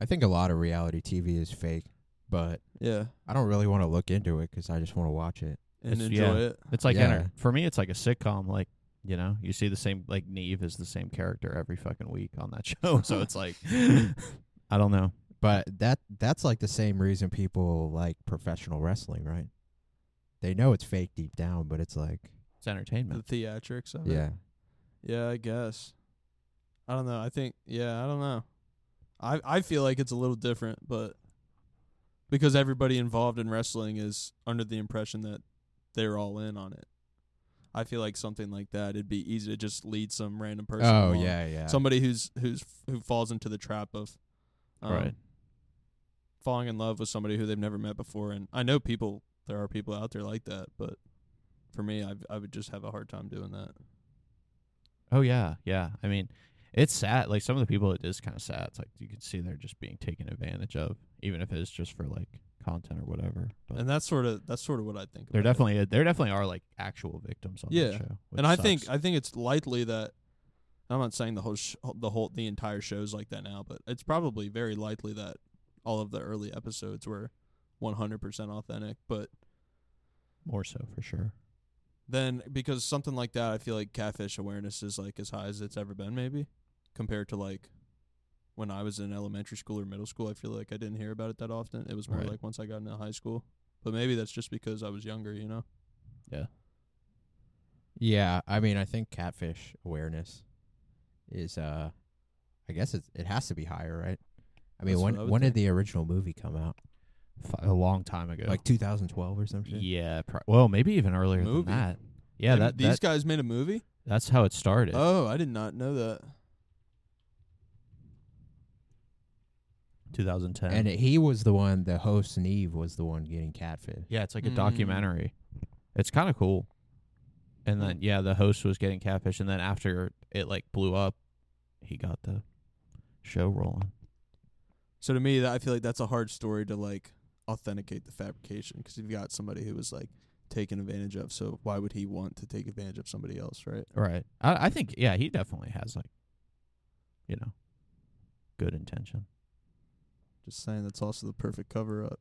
I think a lot of reality TV is fake, but Yeah. I don't really want to look into it 'cause I just want to watch it. And It's- enjoy yeah. it. It's like Yeah. enter- for me, it's like a sitcom. Like you know, you see the same like Neve is the same character every fucking week on that show. so it's like, I don't know. But that that's like the same reason people like professional wrestling, right? They know it's fake deep down, but it's like, It's entertainment. The theatrics of it. yeah, Yeah, I guess. I don't know. I think yeah, I don't know. I I feel like it's a little different, but because everybody involved in wrestling is under the impression that they're all in on it. I feel like something like that it'd be easy to just lead some random person. oh along. yeah, yeah, Somebody who's who's who falls into the trap of um, Right. falling in love with somebody who they've never met before and I know people there are people out there like that, but for me I I would just have a hard time doing that. Oh yeah, yeah. I mean, it's sad. Like some of the people, it is kind of sad. It's like you can see they're just being taken advantage of, even if it's just for like content or whatever. But And that's sort of that's sort of what I think. there about it. definitely there definitely are like actual victims on Yeah. that show. which and I sucks. think I think it's likely that I'm not saying the whole sh- the whole the entire show's like that now, but it's probably very likely that all of the early episodes were 100% authentic. But more so for sure. then because something like that, I feel like catfish awareness is like as high as it's ever been, maybe compared to like when I was in elementary school or middle school. I feel like I didn't hear about it that often. It was more Right. like once I got into high school. But maybe that's just because I was younger, you know. yeah. I mean, I think catfish awareness is, uh, I guess it's, it has to be higher, right? I mean, That's when what I would when think. did the original movie come out? F- a long time ago, Like 2012 or something? yeah. Pro- well, maybe even earlier Movie. than that. Yeah, They- that, these that guys made a movie. that's how it started. Oh, I did not know that. 2010. And he was the one, the host Neve was the one getting catfish. yeah, it's like a Mm. documentary. It's kind of cool. And then yeah, the host was getting catfish, and then after it like blew up, he got the show rolling. So to me, that I feel like that's a hard story to like authenticate the fabrication 'cause you've got somebody who was like taken advantage of. So why would he want to take advantage of somebody else, right? Right. I, I think yeah, he definitely has like, you know, good intention. Just saying, that's also the perfect cover up.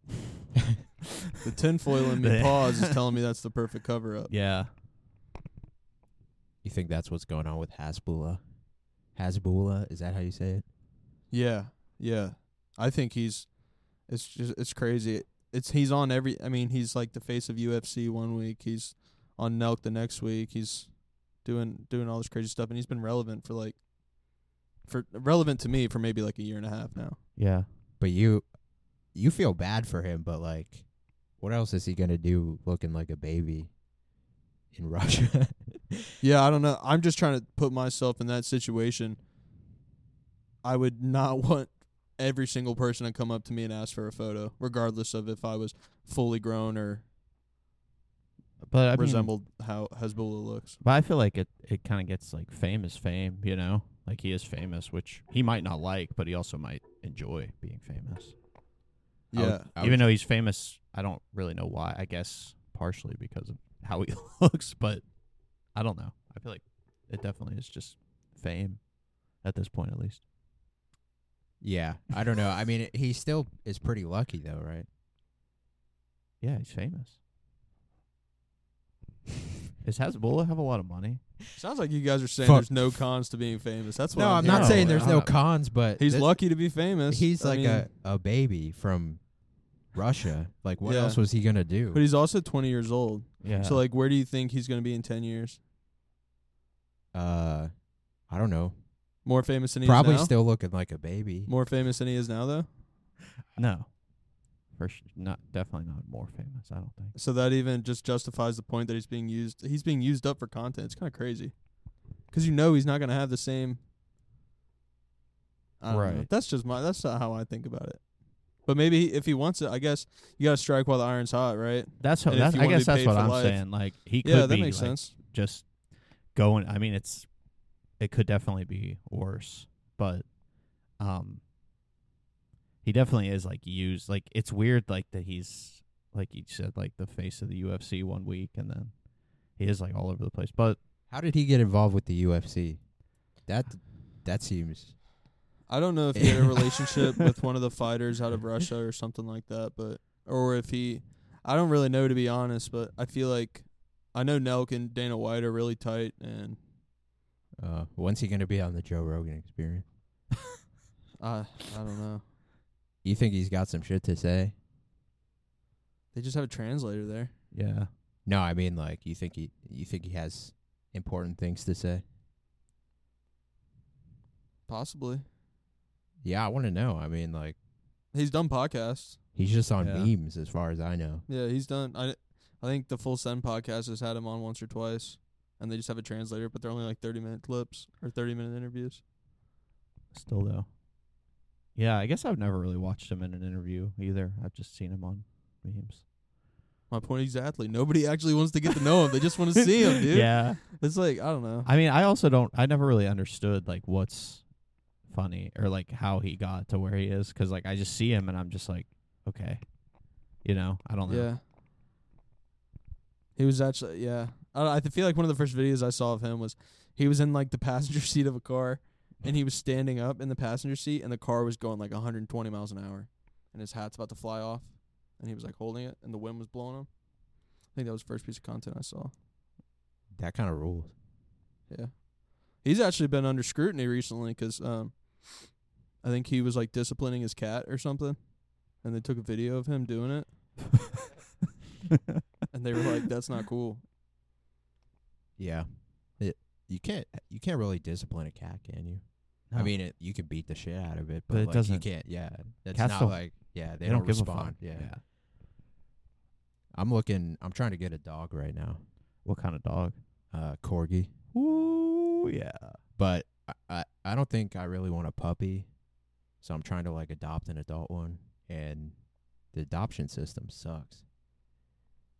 the tinfoil in me pause is telling me that's the perfect cover up. Yeah. You think that's what's going on with Hasbula? Hasbula, is that how you say it? Yeah, yeah. I think he's. It's just it's crazy. It's he's on every. I mean, he's like the face of UFC one week. He's on Nelk the next week. He's doing doing all this crazy stuff, and he's been relevant for like for relevant to me for maybe like a year and a half now. Yeah. But you you feel bad for him, but like what else is he gonna do looking like a baby in Russia? Yeah, I don't know. I'm just trying to put myself in that situation. I would not want every single person to come up to me and ask for a photo, regardless of if I was fully grown or But I mean, resembled how Hezbollah looks. but I feel like it it kind of gets like famous fame, you know? Like he is famous, which he might not like, but he also might enjoy being famous. I would- Yeah. I would- Even though he's famous, I don't really know why. I guess partially because of how he looks, but I don't know. I feel like it definitely is just fame at this point at least. yeah, I don't know. I mean, he still is pretty lucky though, right? Yeah, he's famous. Does Hezbollah have a lot of money? Sounds like you guys are saying Fuck. there's no cons to being famous. That's what no, I'm I'm not No, saying hearing. there's I'm no not. cons, but He's thi- lucky to be famous. He's I like mean, a a baby from Russia. Like what Yeah. else was he gonna do? but he's also 20 years old. Yeah. So like, where do you think he's going to be in 10 years? uh, I don't know. More famous than he Probably is now. still looking like a baby. More famous than he is now, though. no. First, not definitely not more famous. I don't think. So that even just justifies the point that he's being used. He's being used up for content. It's kind of crazy, because you know he's not going to have the same. I don't know. Right. That's just my. That's not how I think about it. But maybe if he wants it, I guess you got to strike while the iron's hot, right? That's how. And if That's, you I wanna guess be that's paid what for I'm life- saying. Like he could yeah, that be makes like, sense. just going. I mean, it's it could definitely be worse, but um, he definitely is like used. Like it's weird, like that he's like you said, like the face of the UFC one week, and then he is like all over the place. But How did he get involved with the UFC? That that seems I don't know if he had a relationship with one of the fighters out of Russia or something like that, but or if he, I don't really know to be honest. But I feel like I know Nelk and Dana White are really tight, and Uh, when's he gonna be on the Joe Rogan Experience? I I don't know. You think he's got some shit to say? They just have a translator there. Yeah. No, I mean like you think he you think he has important things to say? Possibly. Yeah, I want to know. I mean like He's done podcasts. he's just on Yeah. memes as far as I know. Yeah, he's done. I, I think the Full Send podcast has had him on once or twice, and they just have a translator, but they're only like 30 minute clips or 30 minute interviews. Still though. Yeah, I guess I've never really watched him in an interview either. I've just seen him on memes. My point exactly. Nobody actually wants to get to know him. They just want to see him, dude. Yeah. It's like, I don't know. I mean, I also don't. I never really understood like what's funny or like how he got to where he is 'cause like I just see him and I'm just like, okay, you know, I don't know. Yeah. He was actually, yeah. I, I feel like one of the first videos I saw of him was he was in like the passenger seat of a car and he was standing up in the passenger seat and the car was going like 120 miles an hour and his hat's about to fly off and he was like holding it and the wind was blowing him. I think that was the first piece of content I saw. That kind of rules. Yeah. He's actually been under scrutiny recently 'cause um, I think he was like disciplining his cat or something and they took a video of him doing it and they were like, that's not cool. Yeah. It, you can't you can't really discipline a cat, can you? I No. mean, it, you can beat the shit out of it, but, But it like, doesn't- You can't. Yeah, that's Cats not don't- like yeah. They, they don't, give a respond. fuck. Yeah. I'm looking. I'm trying to get a dog right now, What kind of dog? uh, corgi. Ooh, yeah. But I, I I don't think I really want a puppy, so I'm trying to like adopt an adult one, and the adoption system sucks.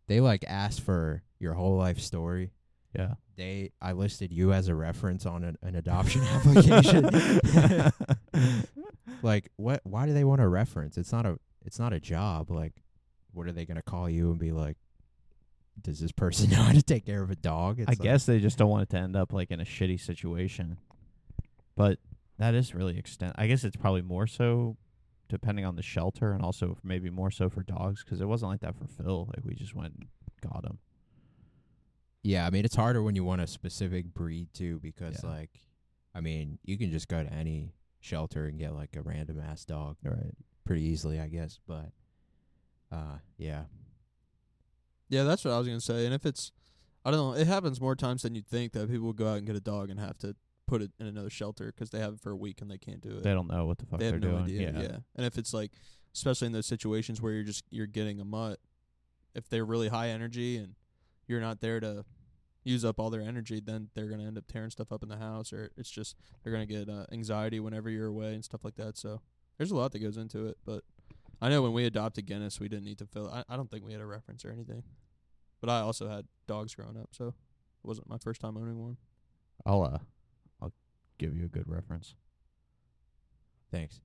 They like ask for your whole life story, Yeah. they I listed you as a reference on an, an adoption application. like what why do they want a reference? It's not a it's not a job. Like what are they gonna call you and be like, Does this person know how to take care of a dog? It's uh, I like, guess they just don't want it to end up like in a shitty situation. But that is really extent. I guess it's probably more so depending on the shelter and also maybe more so for dogs 'cause it wasn't like that for Phil. Like we just went and got him. Yeah, I mean it's harder when you want a specific breed too because Yeah. like I mean, you can just go to any shelter and get like a random ass dog Right. pretty easily, I guess, but uh yeah. Yeah, that's what I was gonna say. And if it's, I don't know, it happens more times than you'd think that people would go out and get a dog and have to put it in another shelter 'cause they have it for a week and they can't do it. They don't know what the fuck They are have no doing. idea. yeah. and if it's like, especially in those situations where you're just you're getting a mutt, if they're really high energy and you're not there to use up all their energy, then they're gonna end up tearing stuff up in the house, or it's just they're gonna get uh, anxiety whenever you're away and stuff like that. So there's a lot that goes into it, but. I know when we adopted Guinness, we didn't need to fill. I, I don't think we had a reference or anything. But I also had dogs growing up, so it wasn't my first time owning one. I'll uh, I'll give you a good reference. Thanks.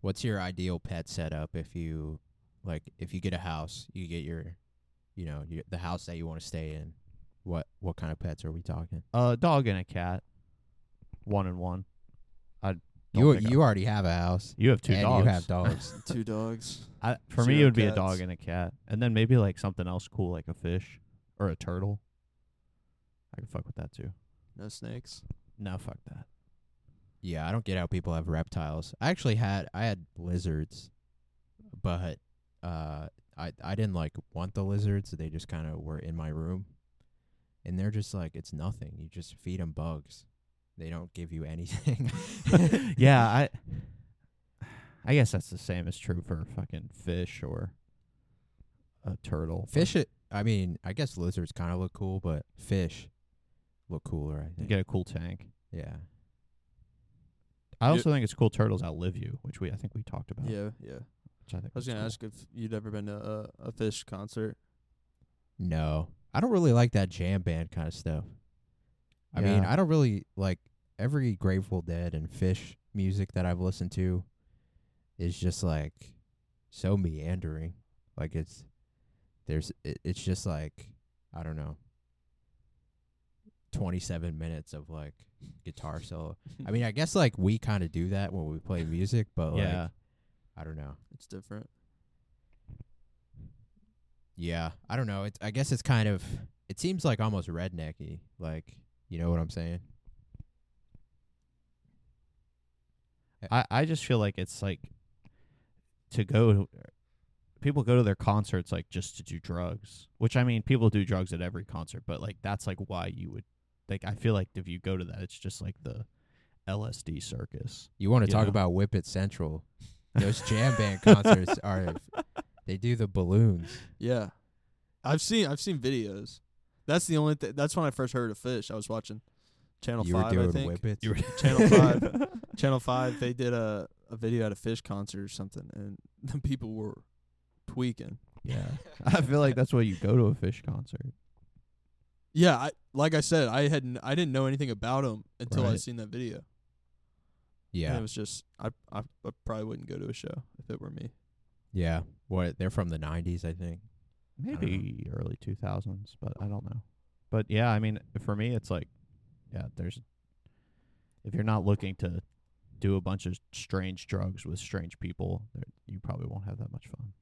What's your ideal pet setup if you like if you get a house, you get your you know, your, the house that you want to stay in. What what kind of pets are we talking? A dog and a cat. One and one. I don't you think I- you already have a house. you have two and dogs. you have dogs. Two dogs. I, for me, it Zero would be a cats. dog and a cat, and then maybe like something else cool, like a fish or a turtle. I could fuck with that too. No snakes. No, fuck that. yeah, I don't get how people have reptiles. I actually had I had lizards, but uh I I didn't like want the lizards. They just kind of were in my room. And they're just like it's nothing. You just feed 'em bugs. They don't give you anything. yeah, I. I guess that's the same as true for fucking fish or a turtle. but Fish, it, I mean, I guess lizards kind of look cool, but fish look cooler, I You think. get a cool tank. Yeah. I You- also think it's cool turtles outlive you, which we I think we talked about. Yeah, yeah. which I, think I was was gonna cool. ask if you'd ever been to a, a fish concert. No. I don't really like that jam band kind of stuff. I mean, Yeah. I don't really like every Grateful Dead and fish music that I've listened to is just like so meandering. Like it's there's it, it's just like I don't know. 27 minutes of like guitar solo. I mean, I guess like we kind of do that when we play music, but yeah. like I don't know. It's different. Yeah, I don't know. It's I guess it's kind of it seems like almost rednecky. Like you know what I'm saying? I, I just feel like it's like to go people go to their concerts like just to do drugs which i mean people do drugs at every concert but like that's like why you would like i feel like if you go to that it's just like the lsd circus You want to You talk know? about Whip It Central? Those jam band concerts are they do the balloons. Yeah, I've seen I've seen videos. That's the only. Th- that's when I first heard of fish. I was watching Channel you Five. were I doing think Whip It. You were- Channel Five. Channel Five. They did a a video at a fish concert or something, and the people were tweaking. yeah i feel like that's why you go to a fish concert Yeah, I like I said, I hadn't I didn't know anything about them until I Right. seen that video. And Yeah, it was just I, I I probably wouldn't go to a show if it were me. yeah. What they're from the '90s, I think. don't know. maybe early 2000s but i don't know but yeah i mean for me it's like yeah there's if you're not looking to do a bunch of strange drugs with strange people there- you probably won't have that much fun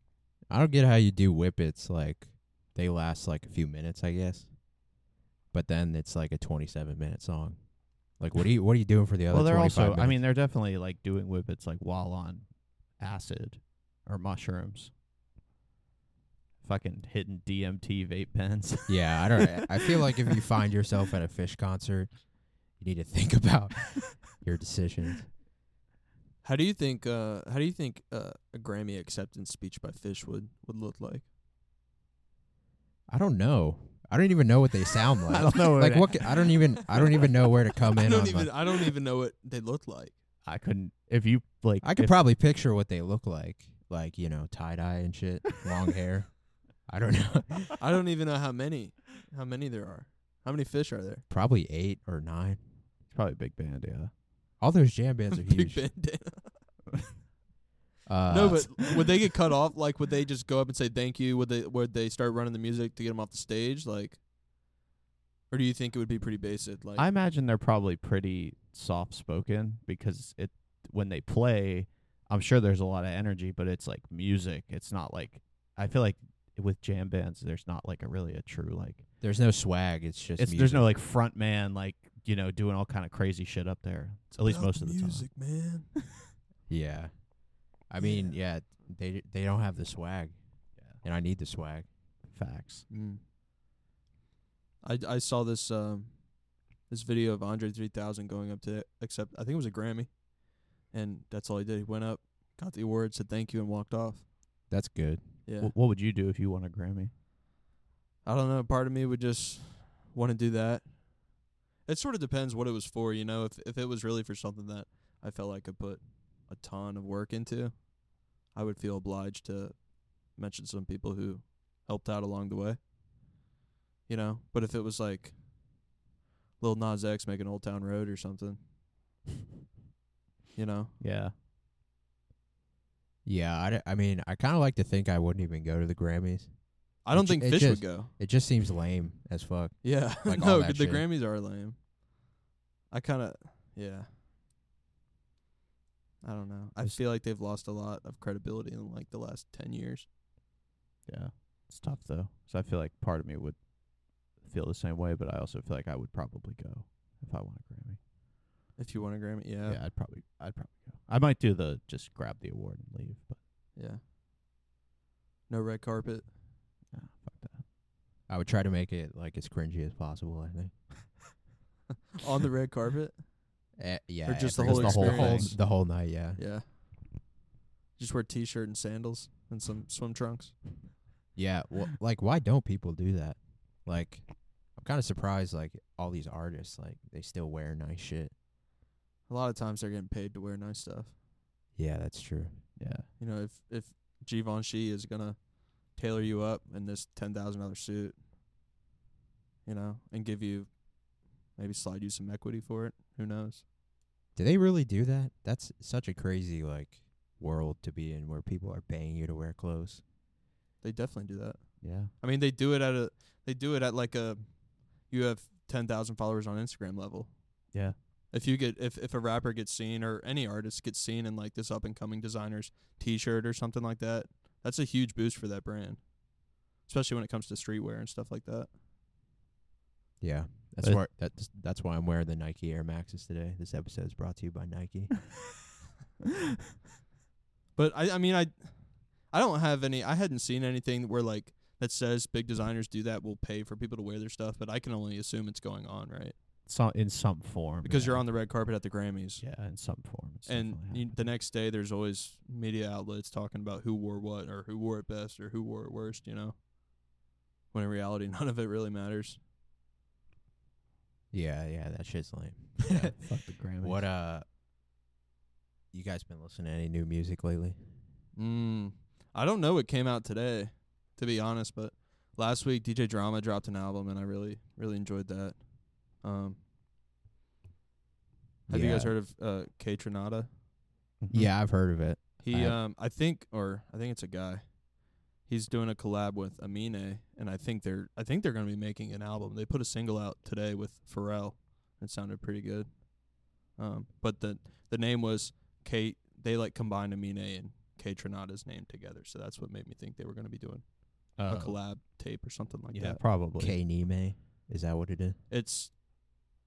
I don't get how you do whippets. Like they last like a few minutes, I guess. But then it's like a 27 minute song. Like what are you what are you doing for the other? well they're 25 also i minutes? mean they're definitely like doing whippets like while on acid or mushrooms fucking hitting dmt vape pens yeah, I don't. I feel like if you find yourself at a fish concert, you need to think about your decisions. How do you think uh how do you think uh, a Grammy acceptance speech by Fish would would look like? I don't know. I don't even know what they sound like. i don't know like what? ca- I don't even. I don't even know where to come I in on. don't like- even I don't even know what they look like. i couldn't if you like I could if- probably picture what they look like, like you know, tie dye and shit, long hair. I don't know. I don't even know how many how many there are. How many fish are there? Probably eight or nine. probably big band yeah All those jam bands are Big huge. bandana. Uh, no, but would they get cut off? Like, would they just go up and say thank you? Would they would they start running the music to get them off the stage? Like, or do you think it would be pretty basic? Like, I imagine they're probably pretty soft spoken because it when they play, I'm sure there's a lot of energy, but it's like music. It's not like I feel like with jam bands, there's not like a really a true like there's no swag. It's just it's music. there's no like front man like you know doing all kind of crazy shit up there. at least most of the time. music, man. Yeah, I mean, yeah, they they don't have the swag, Yeah, and I need the swag. facts. Mm. I I saw this um this video of Andre 3000 going up to accept. I think it was a Grammy, and that's all he did. He went up, got the award, said thank you, and walked off. That's good. Yeah, Wh- what would you do if you won a Grammy? I don't know. Part of me would just want to do that. It sort of depends what it was for, you know. If if it was really for something that I felt like I could put a ton of work into, I would feel obliged to mention some people who helped out along the way. You know, but if it was like Lil Nas X making Old Town Road or something, you know, Yeah, Yeah, I, d- I mean, I kind of like to think I wouldn't even go to the Grammys. I don't ju- think it Fish just- would go. It just seems lame as fuck. Yeah, like all no, that the shit. Grammys are lame. I kind of, yeah. I don't know. I Just- feel like they've lost a lot of credibility in like the last ten years. yeah. It's tough though, so I feel like part of me would feel the same way, but I also feel like I would probably go if I won a Grammy. If you want a Grammy, yeah, Yeah, I'd probably, I'd probably go. I might do the just grab the award and leave, but yeah. No red carpet. nah, fuck that. I would try to make it like as cringy as possible. I think. On the red carpet, Eh, yeah, just the every- whole the whole experience. the whole night. Yeah, yeah. Just wear t-shirt and sandals and some swim trunks. yeah. Well, like, why don't people do that? Like, I'm kind of surprised. Like, all these artists, like, they still wear nice shit. A lot of times they're getting paid to wear nice stuff. Yeah, that's true. Yeah, You know, if if Givenchy is gonna tailor you up in this ten thousand dollar suit, you know, and give you maybe slide you some equity for it. Who knows? Do they really do that? That's such a crazy like world to be in where people are paying you to wear clothes. They definitely do that. yeah, I mean, they do it at a they do it at like a you have ten thousand followers on Instagram level. yeah. If you get if if a rapper gets seen or any artist gets seen in like this up and coming designer's T-shirt or something like that, that's a huge boost for that brand, especially when it comes to streetwear and stuff like that. Yeah. That's But- why that's that's why I'm wearing the Nike Air Maxes today. This episode is brought to you by Nike. But I I mean I I don't have any. I hadn't seen anything where like that says big designers do that will pay for people to wear their stuff. But I can only assume it's going on right some in some form because you're yeah. on the red carpet at the Grammys. yeah in some form. It's and definitely you, happened. the next day there's always media outlets talking about who wore what or who wore it best or who wore it worst you know when in reality none of it really matters yeah, yeah, that shit's lame. Yeah, fuck the Grammys. What uh you guys been listening to any new music lately? mm, i don't know what came out today to be honest but last week dj drama dropped an album and i really really enjoyed that um have you guys Yeah. heard of uh k tronada Mhm. Yeah, I've heard of it. I He, have- um, I think, or I think it's a guy. He's doing a collab with Amine, and I think they're, I think they're going to be making an album. They put a single out today with Pharrell. It sounded pretty good. Um, but the the name was Kate. They like combined Amine and K Tronada's name together, so that's what made me think they were going to be doing a Uh, collab tape or something like yeah, that. probably. K Nime. Is that what it is? It's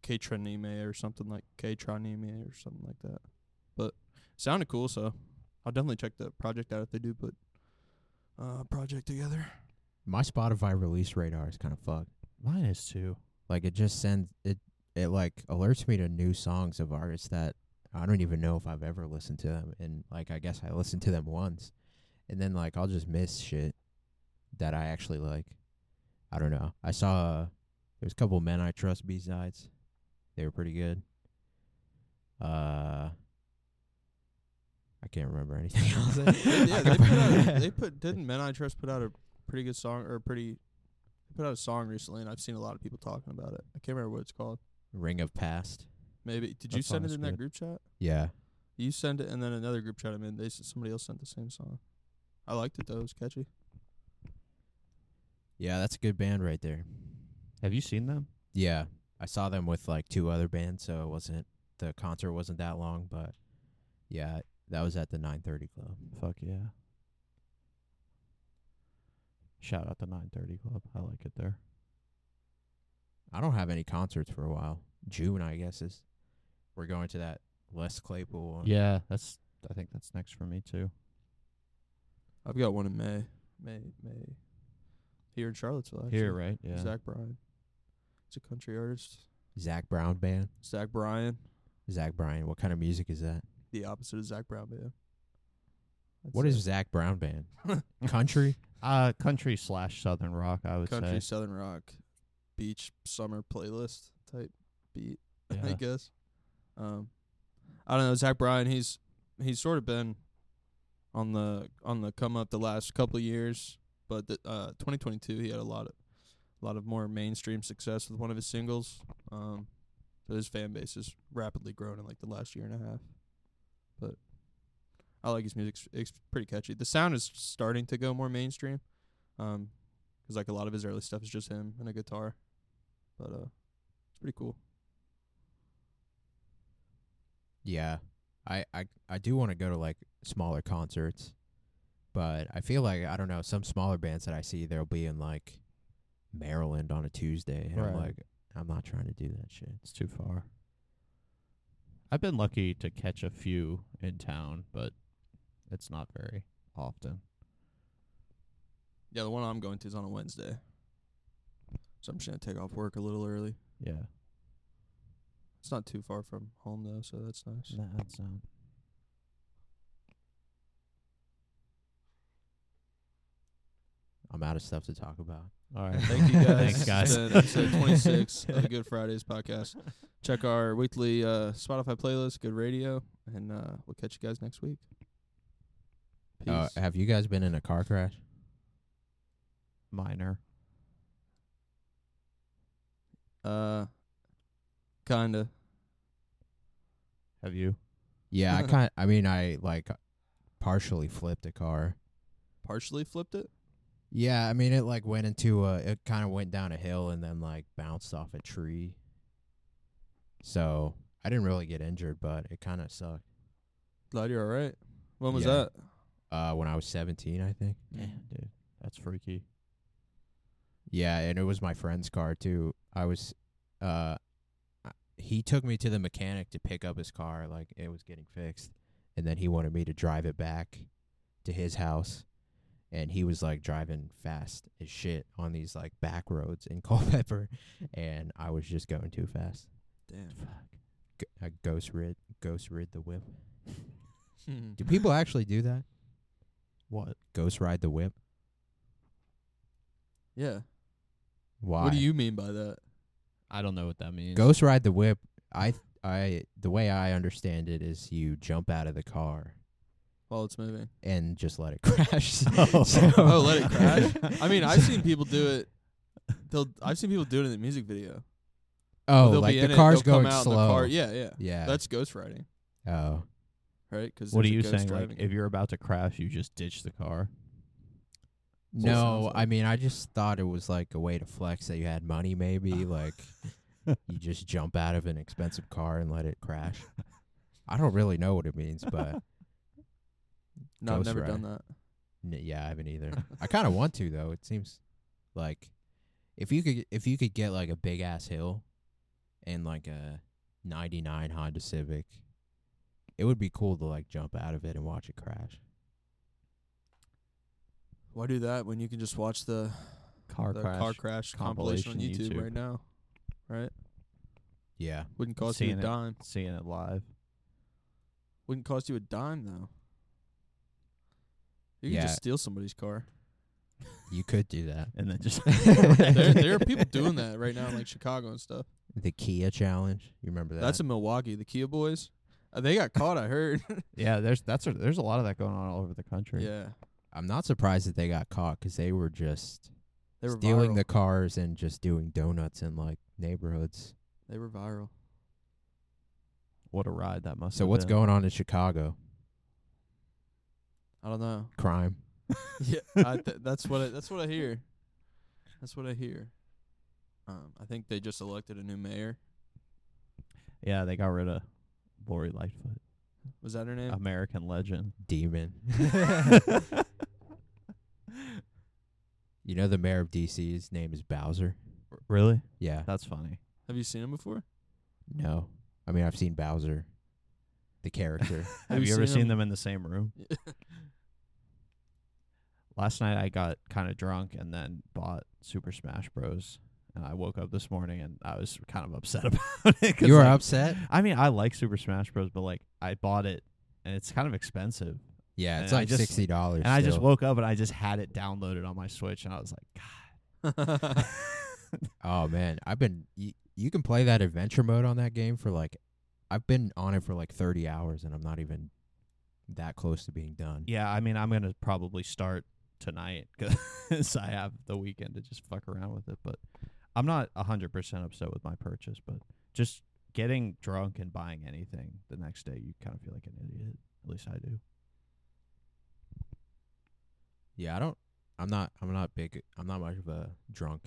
K Tronime or something like K Tronime or something like that. But sounded cool, so I'll definitely check the project out if they do put uh project together. My Spotify release radar is kind of fucked. Mine is too. Like it just sends it it like alerts me to new songs of artists that I don't even know if I've ever listened to them and like I guess I listened to them once and then like I'll just miss shit that I actually like. I don't know. I saw uh, there was a couple men I trust B sides. They were pretty good. Uh I can't remember anything else. yeah, they put out, they put didn't Men I Trust put out a pretty good song or a pretty they put out a song recently and I've seen a lot of people talking about it. I can't remember what it's called. Ring of Past. Maybe did That you send song it is in good. that group chat? Yeah. You send it and then another group chat I'm in, they s- somebody else sent the same song. I liked it though, it was catchy. Yeah, that's a good band right there. Have you seen them? Yeah, I saw them with like two other bands, so it wasn't the concert wasn't that long, but yeah, that was at the 9:30 Oh. club. Fuck yeah. Shout out the 930 Club. I like it there. I don't have any concerts for a while. June, I guess is we're going to that Les Claypool one. Yeah, that's. I think that's next for me too. I've got one in May. May May. Here in Charlottesville actually. Here, right? Yeah. Zach Bryan. He's a country artist. Zach Brown band. Zach Bryan, Zach Bryan, what kind of music is that? the opposite of Zach Brown band. That's What is it. Zach Brown band? Country? Uh, country slash southern rock. I would country say. southern rock, beach summer playlist type beat? I Yeah. guess. Um, I don't know. Zach Bryan, he's he's sort of been on the on the come up the last couple of years, but the, uh, 2022 he had a lot of a lot of more mainstream success with one of his singles. Um, so his fan base has rapidly grown in like the last year and a half. But I like his music; it's pretty catchy. The sound is starting to go more mainstream, um, 'cause like a lot of his early stuff is just him and a guitar. But uh, it's pretty cool. Yeah. I I I do want to go to like smaller concerts. But I feel like I don't know, some smaller bands that I see they'll be in like Maryland on a Tuesday and I'm Right. like I'm not trying to do that shit. It's too far. I've been lucky to catch a few in town, but it's not very often. Yeah, the one I'm going to is on a Wednesday. So I'm just gonna take off work a little early. Yeah. It's not too far from home though, so that's nice. Nah, that's not. I'm out of stuff to talk about. All right. Thank you guys. Thanks, guys. This has been episode 26 of the Good Fridays podcast. Check our weekly uh, Spotify playlist, Good Radio, and uh, we'll catch you guys next week. Peace. Uh, have you guys been in a car crash? Minor. uh kinda. Have you? Yeah, I kind I mean I like partially flipped a car. Partially flipped it. Yeah, I mean it like went into a it kind of went down a hill and then like bounced off a tree. So, I didn't really get injured, but it kind of sucked. Glad you're all right. When was Yeah. that? Uh, when I was 17, I think. Damn, dude, that's freaky. Yeah, and it was my friend's car too. I was, uh, I- he took me to the mechanic to pick up his car, like it was getting fixed, and then he wanted me to drive it back to his house, and he was like driving fast as shit on these like back roads in Culpeper, and I was just going too fast. Fuck. G- I ghost rid, ghost rid the whip. Damn. Do people actually do that? What? Ghost ride the whip? yeah. Why? What do you mean by that? I don't know what that means. Ghost Ride the Whip. I I the way I understand it is you jump out of the car While it's moving. and just let it crash. Oh. So- Oh, let it crash. I mean, I've seen people do it. They'll. I've seen people do it in the music video. Oh, they'll like be the in it, car's they'll come going out in slow. The car. Yeah, yeah, Yeah. That's ghost riding, oh. right? Because What are you saying? Like, if you're about to crash, you just ditch the car. what it No, sounds I mean, I just thought it was like a way to flex that you had money. Maybe like you just jump out of an expensive car and let it crash. I don't really know what it means, but no, I've Ghost never Rider. done that. N- yeah, I haven't either. I kind of want to though. It seems like if you could if you could get like a big ass hill and like a 99 Honda Civic, it would be cool to like jump out of it and watch it crash. Why do that when you can just watch the Car the crash. car crash compilation, compilation on YouTube, YouTube. right now? Right? Yeah. Wouldn't cost you Seeing a it. dime. Seeing it live. Wouldn't cost you a dime though. You can Yeah. just steal somebody's car. You could do that. And then just there, there are people doing that right now in like Chicago and stuff. The Kia challenge. You remember that? That's in Milwaukee. The Kia boys, uh, they got caught. I heard. Yeah, there's that's a, there's a lot of that going on all over the country. yeah, I'm not surprised that they got caught 'cause they were just they were stealing viral. the cars and just doing donuts in like neighborhoods. They were viral. What a ride that must. So have what's been. going on in Chicago? I don't know. Crime. yeah, I th- that's what I, that's what I hear. That's what I hear. Um, I think they just elected a new mayor. Yeah, they got rid of Lori Lightfoot, Was that her name? American legend. Demon. You know the mayor of DC's name is Bowser. really? Yeah. That's funny. Have you seen him before? No. I mean I've seen Bowser, the character. Have you you ever seen seen him? them in the same room? Last night I got kind of drunk and then bought Super Smash Bros. And I woke up this morning and I was kind of upset about it. 'cause, you were like, upset? I mean, I like Super Smash Bros, but like I bought it and it's kind of expensive. Yeah, it's And I like just- sixty dollars. And I just woke up and I just had it downloaded on my Switch and I was like, God. Oh man, I've been you, you can play that adventure mode on that game for like I've been on it for like thirty hours and I'm not even that close to being done. Yeah, I mean, I'm gonna probably start tonight 'cause I have the weekend to just fuck around with it. But I'm not a hundred percent upset with my purchase, but just getting drunk and buying anything the next day, you kind of feel like an idiot. At least I do. Yeah, I don't I'm not I'm not big I'm not much of a drunk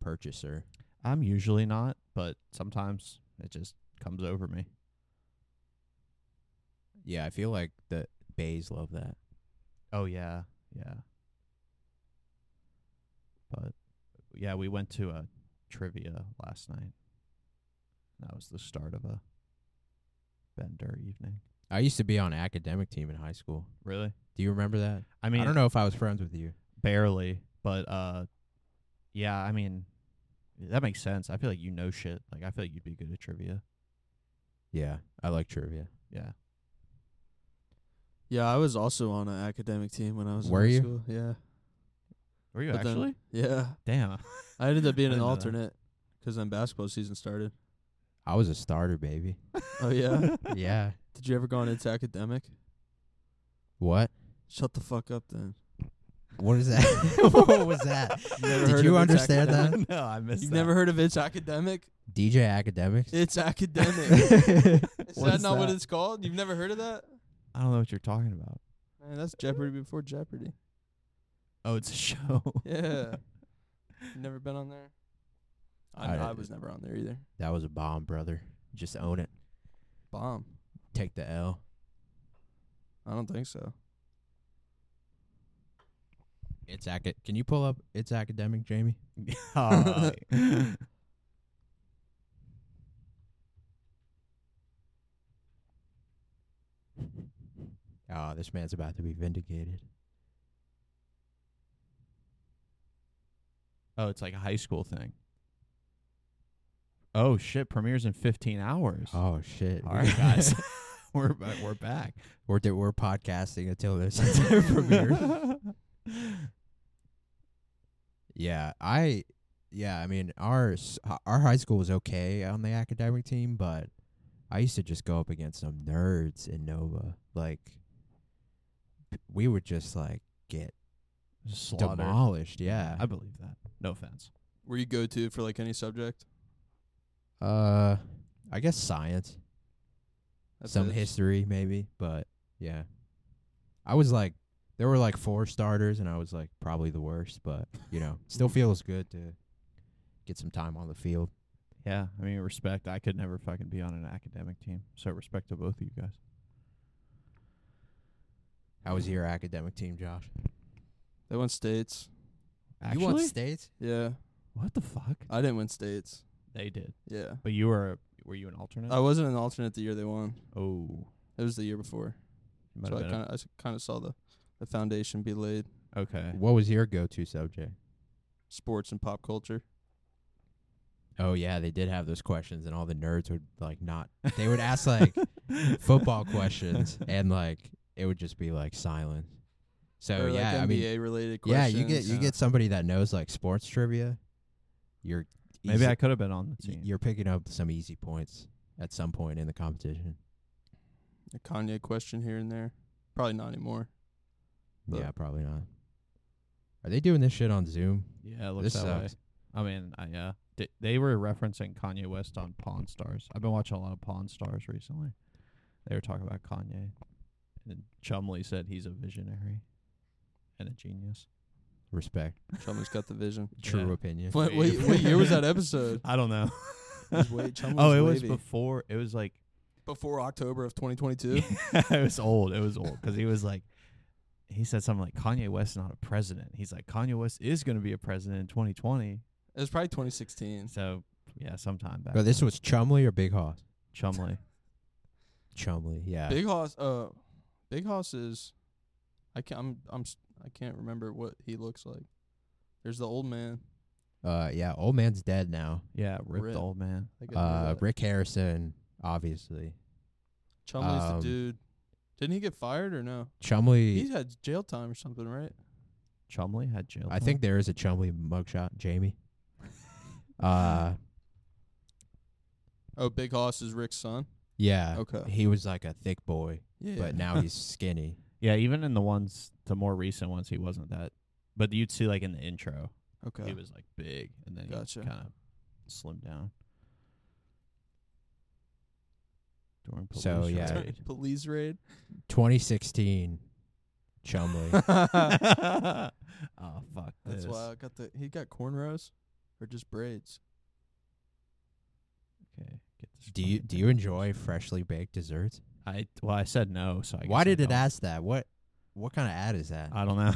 purchaser. I'm usually not, but sometimes it just comes over me. Yeah, I feel like the Bays love that. Oh yeah, yeah. But yeah, we went to a trivia last night. That was the start of a bender evening. I used to be on academic team in high school. Really? Do you remember that? I mean, I don't know if I was friends with you. barely, but uh, yeah. I mean, that makes sense. I feel like you know shit. Like I feel like you'd be good at trivia. Yeah, I like trivia. Yeah. yeah, I was also on an academic team when I was Were in high you? school. Yeah, Were you But then- actually? yeah. Damn. I ended up being I an didn't know that. alternate 'cause then basketball season started. I was a starter, baby. Oh yeah. yeah. Did you ever go on into academic? What? Shut the fuck up then. What is that? what was that? Never Did heard you of It's understand that? Academic? no, I missed. You've that. never heard of it's academic? DJ Academics? It's academic. Is Is that not what it's called? You've never heard of that? I don't know what you're talking about. Man, that's Jeopardy before Jeopardy. Oh, it's a show. Yeah. Never been on there. I, I- I was never on there either. That was a bomb, brother. Just own it. Bomb. Take the L. I don't think so. It's acad. Can you pull up? It's academic, Jamie. Uh, Ah, this man's about to be vindicated. oh, it's like a high school thing. Oh shit! Premieres in 15 hours. Oh shit! All right, guys, we're ba- we're back. we're d- we're podcasting until this premieres. Yeah, I. Yeah, I mean our s- h- our high school was okay on the academic team, but I used to just go up against some nerds in Nova. Like, p- we would just like get Slaughtered. demolished. Yeah. I believe that. No offense. Were you go to for like any subject? Uh, I guess science, That's some it. history maybe, but yeah. I was like, there were like four starters, and I was like probably the worst, but you know, still feels good to get some time on the field. Yeah, I mean respect. I could never fucking be on an academic team, so respect to both of you guys. How was your academic team, Josh? They won states. Actually, You won states? Yeah, what the fuck? I didn't win states. They did, Yeah, but you were were you an alternate? Oh. I wasn't an alternate the year they won. oh, It was the year before, you might so I have been kind of I kind of saw the the foundation be laid. a- okay. What was your go-to subject? Sports and pop culture. Oh yeah, they did have those questions, and all the nerds would like not. They would ask like football questions, and like it would just be like silence. So or Oh, yeah, like I mean, NBA related Yeah, questions. uh you get you Yeah. get somebody that knows like sports trivia. You're Maybe easy- I could have been on the y- team. you're picking up some easy points at some point in the competition. a Kanye question here and there. Probably not anymore. But- yeah, probably not. Are they doing this shit on Zoom? yeah, it looks this that sucks. way. I mean, I, yeah, D- they were referencing Kanye West on Pawn Stars. I've been watching a lot of Pawn Stars recently. They were talking about Kanye, and Chumley said he's a visionary and a genius. Respect, Chumley's got the vision. true Yeah. opinion. What, what what year was that episode? I don't know. was way- Chumley oh, was it was wavy. before. It was like Before October of 2022. it was old. It was old because he was like, he said something like Kanye West's not a president. He's like Kanye West is going to be a president in 2020. It was probably 2016. So yeah, sometime back. But this was Chumley or Big Hoss? Chumley. Chumley, yeah. Big Hoss. Uh, Big Hoss is. I can't. I'm. I'm. s- I can't remember what he looks like. There's the old man. uh, yeah. Old man's dead now. Yeah, ripped Rip. old man. I gotta remember Uh, that. Rick Harrison, obviously. Chumley's um, the dude. Didn't he get fired or no? Chumley, He's had jail time or something, right? Chumley had jail. I time. think there is a Chumley mugshot, Jamie. uh, Oh, Big Hoss is Rick's son. yeah. Okay. He was like a thick boy, Yeah. but now he's skinny. Yeah, even in the ones, the more recent ones, he wasn't that. But you'd see like in the intro, okay. he was like big, and then Gotcha. he kind of slimmed down. During So, police yeah. raid. Police raid. 2016, Chumley. That's oh fuck this. why I got the. He got cornrows, or just braids. Okay, get this. do you do fucking thing you off. enjoy freshly baked desserts? I well, I said no, so I Why guess I did it don't. ask that? What what kind of ad is that? Uh, I don't know.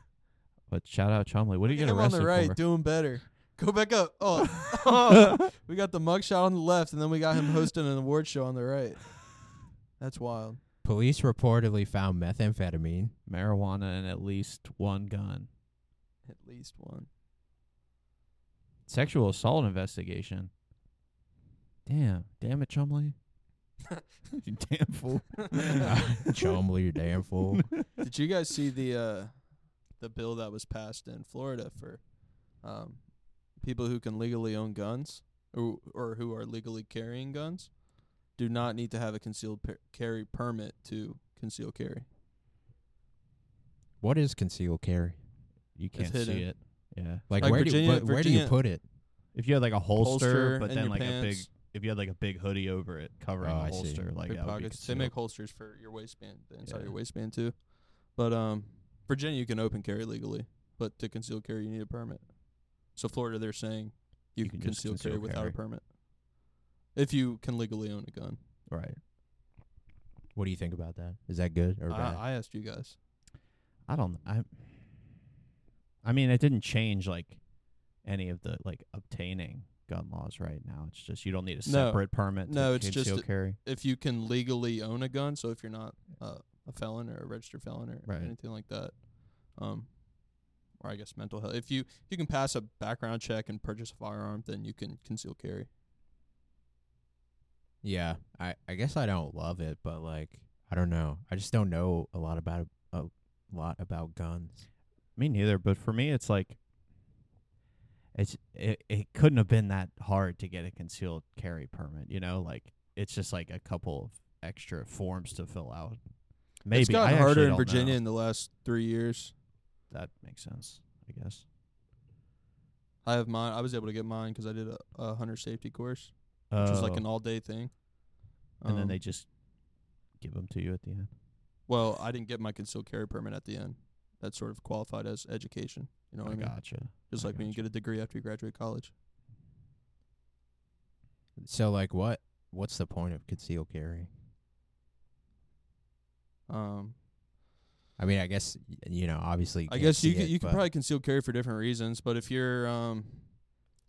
but shout out Chumley. What do you Look at him get on arrested the right, for? doing better. Go back up. Oh, we got the mugshot on the left, and then we got him hosting an award show on the right. That's wild. Police reportedly found methamphetamine. Marijuana and at least one gun. At least one. Sexual assault investigation. Damn, damn it, Chumley. you damn fool. Chumley, you damn fool. Did you guys see the uh, the bill that was passed in Florida for um, people who can legally own guns or or who are legally carrying guns do not need to have a concealed per- carry permit to conceal carry. What is concealed carry? You can't hidden. see it. Yeah. Like, Like where do you, Virginia- but where do you Virginia- put it? If you had like a holster, Holster but in then your like a big pants. if you had like a big hoodie over it covering Oh, the I see. holster, like Big that would be pockets. They make concealed. holsters for your waistband, the inside of Yeah. your waistband too. But um, Virginia, you can open carry legally, but to conceal carry, you need a permit. So Florida, they're saying you, can, conceal, carry, without a permit. if you can legally own a gun. Right. What do you think about that? Is that good or bad? Uh, I, I asked you guys. I don't. I. I mean, it didn't change like any of the like obtaining gun laws right now. It's just you don't need a No. separate permit. To No, it's conceal just- carry. If you can legally own a gun, so if you're not uh, a felon or a registered felon or Right. anything like that, um, or I guess mental health. If you if you can pass a background check and purchase a firearm, then you can conceal carry. yeah, I I guess I don't love it, but like I don't know. I just don't know a lot about a lot about guns. Me neither. But for me, it's like. It's it, it couldn't have been that hard to get a concealed carry permit, you know. Like it's just like a couple of extra forms to fill out. Maybe it's gotten I actually harder in don't Virginia know. in the last three years. That makes sense, I guess. I have mine. I was able to get mine 'cause I did a, a hunter safety course, which was like an all day thing. Oh. and then Um, they just give them to you at the end. Well, I didn't get my concealed carry permit at the end. That sort of qualified as education. You know what I, I mean? gotcha. Just I like when you gotcha. get a degree after you graduate college. So like what what's the point of concealed carry? Um, I mean, I guess y- you know, obviously. I guess you can could, you could probably conceal carry for different reasons, but if you're um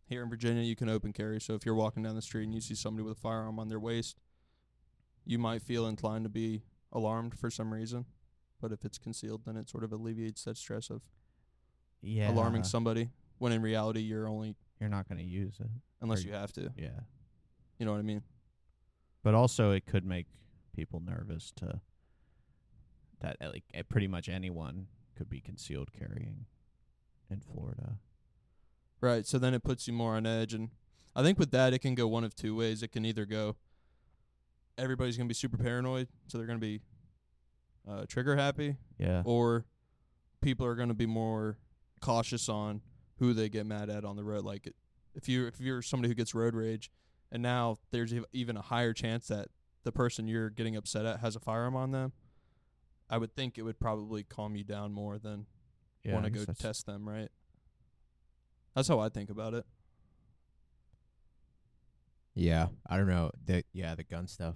here in Virginia, you can open carry. So if you're walking down the street and you see somebody with a firearm on their waist, you might feel inclined to be alarmed for some reason. But if it's concealed, then it sort of alleviates that stress of Yeah. alarming somebody when in reality you're only You're not going to use it. unless Or- you have to. Yeah. You know what I mean? But also, it could make people nervous to that uh, like uh, pretty much anyone could be concealed carrying in Florida. Right. So then it puts you more on edge. And I think with that, it can go one of two ways. It can either go, everybody's going to be super paranoid. So they're going to be uh, trigger happy, Yeah. or people are going to be more cautious on who they get mad at on the road. Like if you if you're somebody who gets road rage, and now there's ev- even a higher chance that the person you're getting upset at has a firearm on them. I would think it would probably calm you down more than yeah want I to guess go that's- test them, right? That's how I think about it. Yeah, I don't know. The yeah, the gun stuff.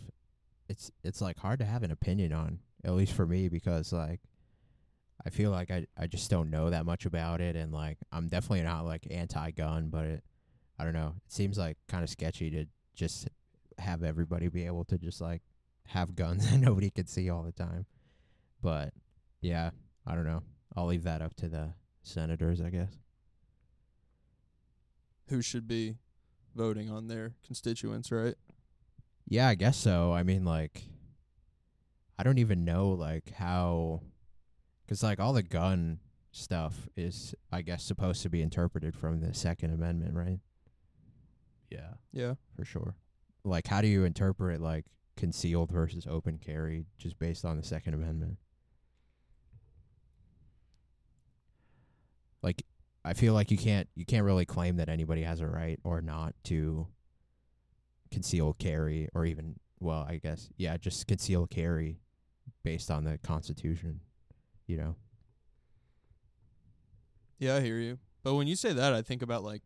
It's it's like hard to have an opinion on, at least for me, because like I feel like I I just don't know that much about it, and like I'm definitely not like anti-gun, but it, I don't know. It seems like kind of sketchy to just have everybody be able to just like have guns that nobody could see all the time. But yeah, I don't know. I'll leave that up to the senators, I guess. Who should be voting on their constituents, right? Yeah, I guess so. I mean, like, I don't even know, like, how. Because, like, all the gun stuff is, I guess, supposed to be interpreted from the Second Amendment, right? Yeah, Yeah. for sure. Like, how do you interpret, like, concealed versus open carry just based on the Second Amendment? Like, I feel like you can't you can't really claim that anybody has a right or not to conceal carry or even well, I guess yeah, just conceal carry based on the Constitution, you know. Yeah, I hear you. But when you say that, I think about like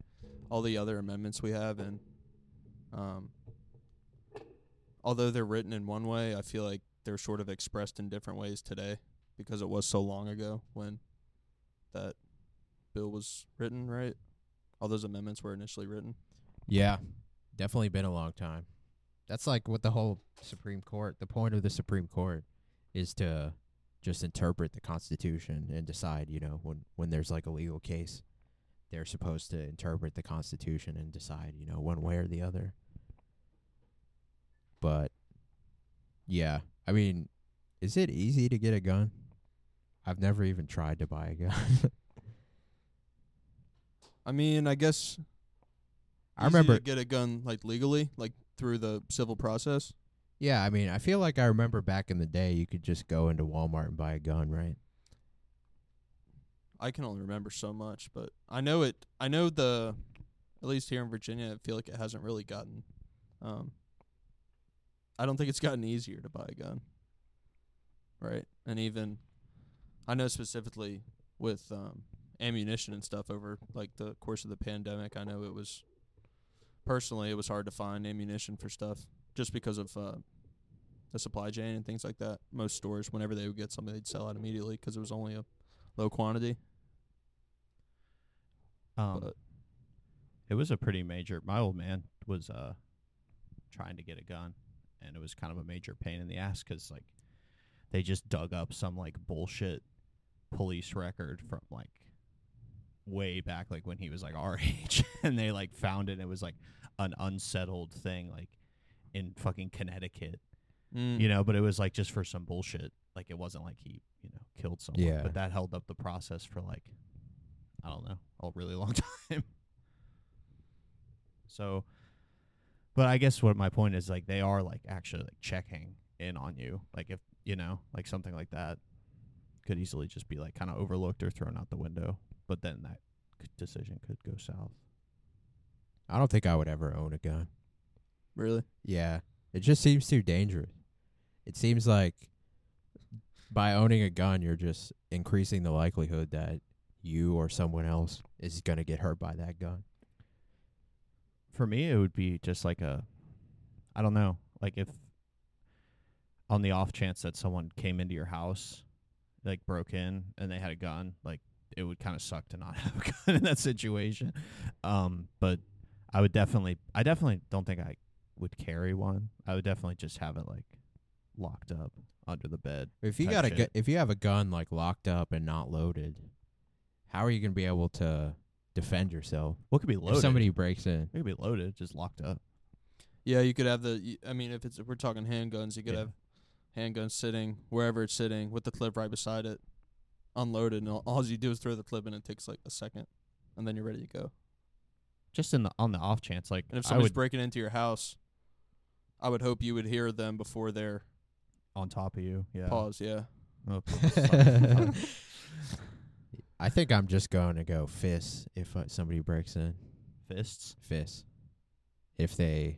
all the other amendments we have and um although they're written in one way, I feel like they're sort of expressed in different ways today because it was so long ago when that bill was written, right? All those amendments were initially written. Yeah, definitely been a long time. That's like what the whole Supreme Court, the point of the Supreme Court is to just interpret the Constitution and decide, you know, when, when there's like a legal case, they're supposed to interpret the Constitution and decide, you know, one way or the other. But yeah, I mean, is it easy to get a gun? I've never even tried to buy a gun. I mean, I guess I easy to remember get a gun like legally, like through the civil process. Yeah, I mean, I feel like I remember back in the day, you could just go into Walmart and buy a gun, right? I can only remember so much, but I know it. I know the, at least here in Virginia, I feel like it hasn't really gotten. Um, I don't think it's gotten easier to buy a gun. Right, and even, I know specifically with um, ammunition and stuff over like the course of the pandemic. I know it was personally, it was hard to find ammunition for stuff just because of uh, the supply chain and things like that. Most stores, whenever they would get something, they'd sell out immediately because it was only a low quantity. Um, But- it was a pretty major. My old man was uh trying to get a gun, and it was kind of a major pain in the ass 'cause like they just dug up some like bullshit police record from like way back, like when he was like our age, and they like found it. and It was like an unsettled thing, like in fucking Connecticut, Mm. you know. But it was like just for some bullshit. Like it wasn't like he you know killed someone, Yeah. but that held up the process for like I don't know a really long time. So, but I guess what my point is like they are like actually like checking in on you. Like if you know like something like that could easily just be like kind of overlooked or thrown out the window. But then that c- decision could go south. I don't think I would ever own a gun. Really? Yeah. It just seems too dangerous. It seems like by owning a gun, you're just increasing the likelihood that you or someone else is going to get hurt by that gun. for me it would be just like a i don't know like if on the off chance that someone came into your house like broke in and they had a gun like it would kind of suck to not have a gun in that situation um but i would definitely i definitely don't think i would carry one i would definitely just have it like locked up under the bed If you Type got a shit. gu- if you have a gun like locked up and not loaded, how are you going to be able to defend yourself what could be loaded if somebody breaks in? it could be loaded just locked up Yeah, you could have the. y- I mean, if it's if we're talking handguns, you could Yeah. have handguns sitting wherever it's sitting with the clip right beside it, unloaded, and all, all you do is throw the clip in. It takes like a second, and then you're ready to go. just in the on the off chance like And if i somebody's would breaking into your house, I would hope you would hear them before their on top of you yeah pause. Yeah, Oh, fuck. I think I'm just going to go fists if uh, somebody breaks in. fists Fists. If they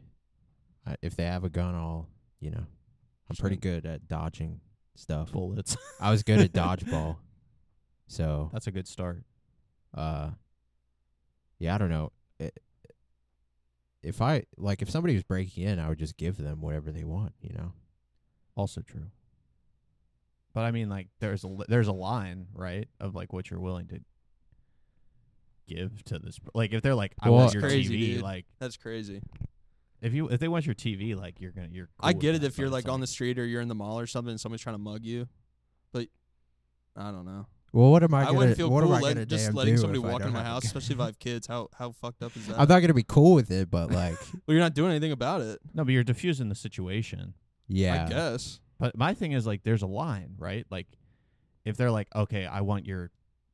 uh, if they have a gun, I'll, you know, I'm pretty good at dodging stuff. bullets. I was good at dodgeball. So, That's a good start. uh yeah, I don't know. It, if I like if somebody was breaking in, I would just give them whatever they want, you know. Also true. But I mean, like, there's a li- there's a line, right, of like what you're willing to give to this. per- Like, if they're like, I Well, want your Crazy, TV. dude. Like, that's crazy. if you if they want your TV, like, you're gonna you're. I cool with get it that, if you're but it's like on the street or you're in the mall or something, and somebody's trying to mug you, but I don't know. Well, what am I I, gonna wouldn't feel what cool am I let- gonna just damn letting do somebody if I walk don't into my have a house, gun? especially if I have kids. How how fucked up is that? I'm not gonna be cool with it, but like well, you're not doing anything about it. no, but you're diffusing the situation. yeah. I guess. But my thing is like, there's a line, right? Like, if they're like, okay, I want your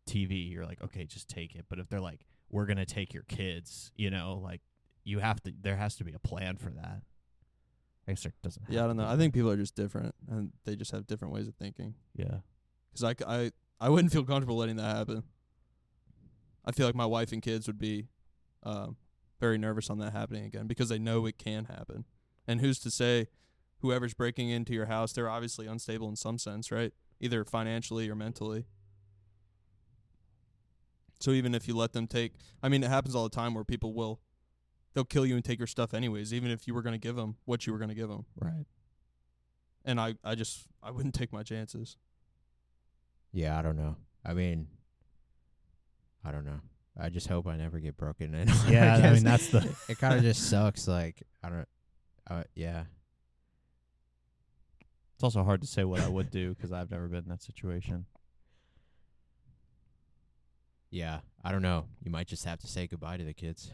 TV, you're like, okay, just take it. But if they're like, we're gonna take your kids, you know, like, you have to. There has to be a plan for that. I guess there doesn't. Yeah, have I don't to know. be I think people are just different, and they just have different ways of thinking. Yeah. 'Cause I, c- I, I wouldn't feel comfortable letting that happen. I feel like my wife and kids would be um, very nervous on that happening again because they know it can happen. And who's to say whoever's breaking into your house, they're obviously unstable in some sense, right? Either financially or mentally. So even if you let them take, I mean, it happens all the time where people will, they'll kill you and take your stuff anyways, even if you were going to give them what you were going to give them. Right. And I, I just, I wouldn't take my chances. Yeah, I don't know. I mean, I don't know. I just hope I never get broken in. on, Yeah, I guess. mean that's the it kind of just sucks. Like I don't. Uh, yeah, It's also hard to say what I would do because I've never been in that situation. yeah. I don't know. You might just have to say goodbye to the kids.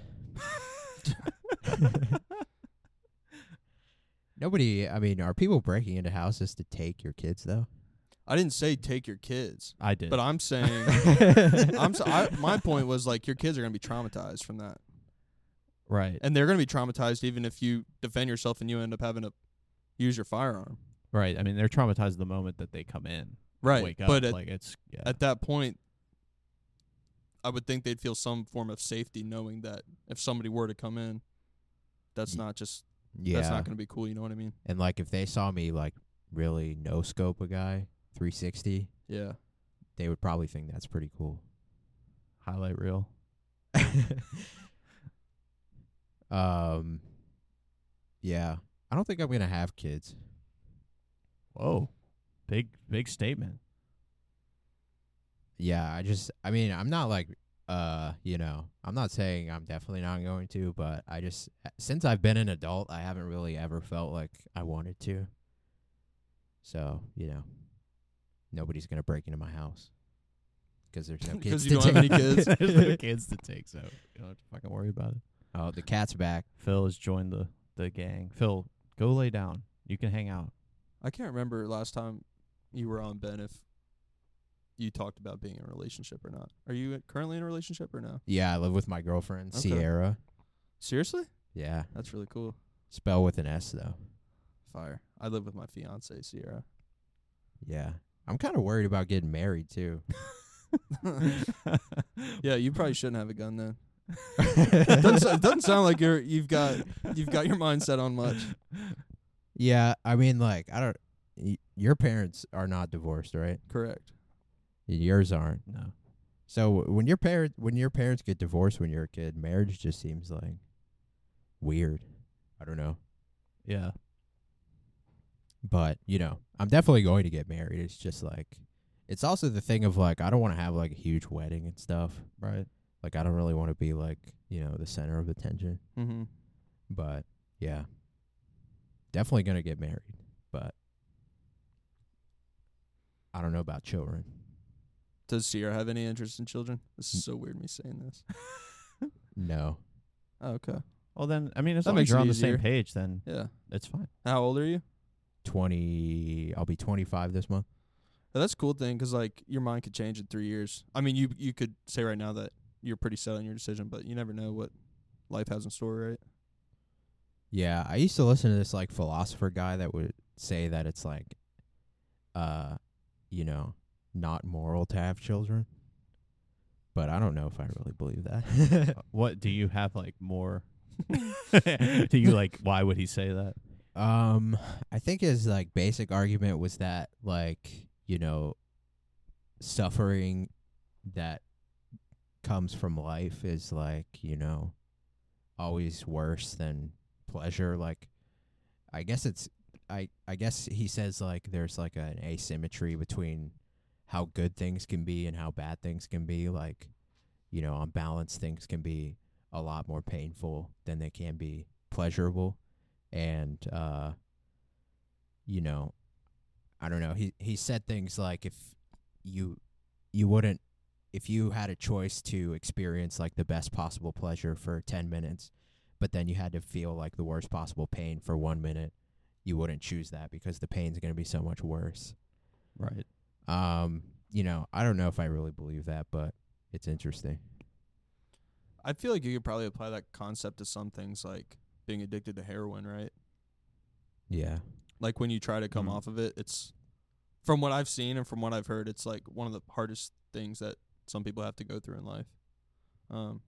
Nobody. I mean, are people breaking into houses to take your kids though? I didn't say take your kids, I did. but I'm saying I'm so, I, my point was like your kids are going to be traumatized from that. right. And they're going to be traumatized even if you defend yourself and you end up having to use your firearm. Right. I mean, they're traumatized the moment that they come in, Right. wake up. but at, like it's yeah. at that point I would think they'd feel some form of safety knowing that if somebody were to come in that's Ye- not just yeah. that's not going to be cool, you know what I mean? and like, if they saw me like really no scope a guy 360, Yeah. they would probably think that's pretty cool. highlight reel. Um, yeah, I don't think I'm gonna have kids. Whoa, big big statement. Yeah, I just, I mean, I'm not like, uh, you know, I'm not saying I'm definitely not going to, but I just, uh, since I've been an adult, I haven't really ever felt like I wanted to. So, you know, nobody's gonna break into my house because there's no 'Cause kids. you to don't have any take. kids. There's no kids to take, so you don't have to fucking worry about it. Oh, the cat's back. Phil has joined the the gang. Phil, go lay down. You can hang out. I can't remember last time you were on Ben if you talked about being in a relationship or not. Are you currently in a relationship or no? Yeah, I live with my girlfriend Okay. Sierra. Seriously? Yeah, That's really cool. spell with an S though. Fire. I live with my fiance Sierra. Yeah, I'm kind of worried about getting married too. Yeah, you probably shouldn't have a gun then. doesn't, so- doesn't sound like you're you've got you've got your mind set on much. Yeah, I mean, like, I don't. Y- your parents are not divorced, right? Correct. Yours aren't. No. So when your parent when your parents get divorced when you're a kid, marriage just seems like weird. I don't know, Yeah. but you know, I'm definitely going to get married. It's just like, it's also the thing of like, I don't want to have like a huge wedding and stuff. Right. Like, I don't really want to be like, you know, the center of attention. Mm-hmm. But yeah, definitely gonna get married. But I don't know about children. Does Sierra have any interest in children? This is so weird me saying this. No, Oh, okay. Well, then, I mean, as That long as makes you're it on the easier. same page, then Yeah. it's fine. How old are you? twenty. I'll be twenty-five this month. But that's a cool thing 'cause like your mind could change in three years. I mean, you you could say right now that you're pretty set on your decision, but you never know what life has in store, right? Yeah, I used to listen to this like philosopher guy that would say that it's like, uh, you know, not moral to have children. But I don't know if I really believe that. Uh, What do you have like more? do you like? Why would he say that? Um, I think his like basic argument was that like you know, suffering that comes from life is like you know, always worse than pleasure. Like, I guess it's I I guess he says like there's like an asymmetry between how good things can be and how bad things can be. Like, you know, on balance, things can be a lot more painful than they can be pleasurable and uh you know i don't know he he said things like if you you wouldn't if you had a choice to experience like the best possible pleasure for 10 minutes but then you had to feel like the worst possible pain for 1 minute you wouldn't choose that because the pain's going to be so much worse Right. um you know i don't know if i really believe that but it's interesting I feel like you could probably apply that concept to some things like being addicted to heroin, right? yeah Like when you try to come Mhm. off of it, it's from what I've seen and from what I've heard, it's like one of the hardest things that some people have to go through in life. Um,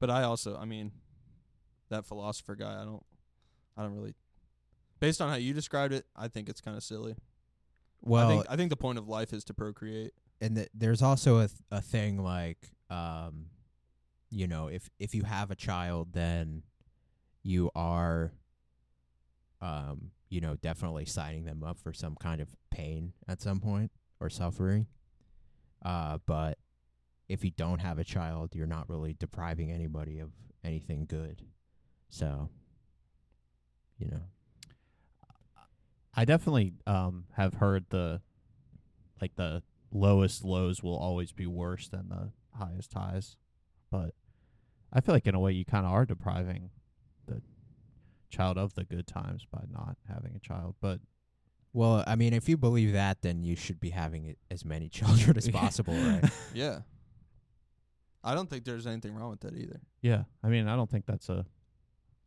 but I also, I mean, that philosopher guy, I don't, I don't really. Based on how you described it, I think it's kind of silly. well I think I think the point of life is to procreate. and th- there's also a th- a thing like um you know if if you have a child then you are um you know definitely signing them up for some kind of pain at some point or suffering uh but if you don't have a child you're not really depriving anybody of anything good so you know I definitely um have heard the like the lowest lows will always be worse than the highest highs, but I feel like in a way you kind of are depriving the child of the good times by not having a child. But well i mean if you believe that then you should be having it- as many children as possible right Yeah. I don't think there's anything wrong with that either. yeah, I mean I don't think that's a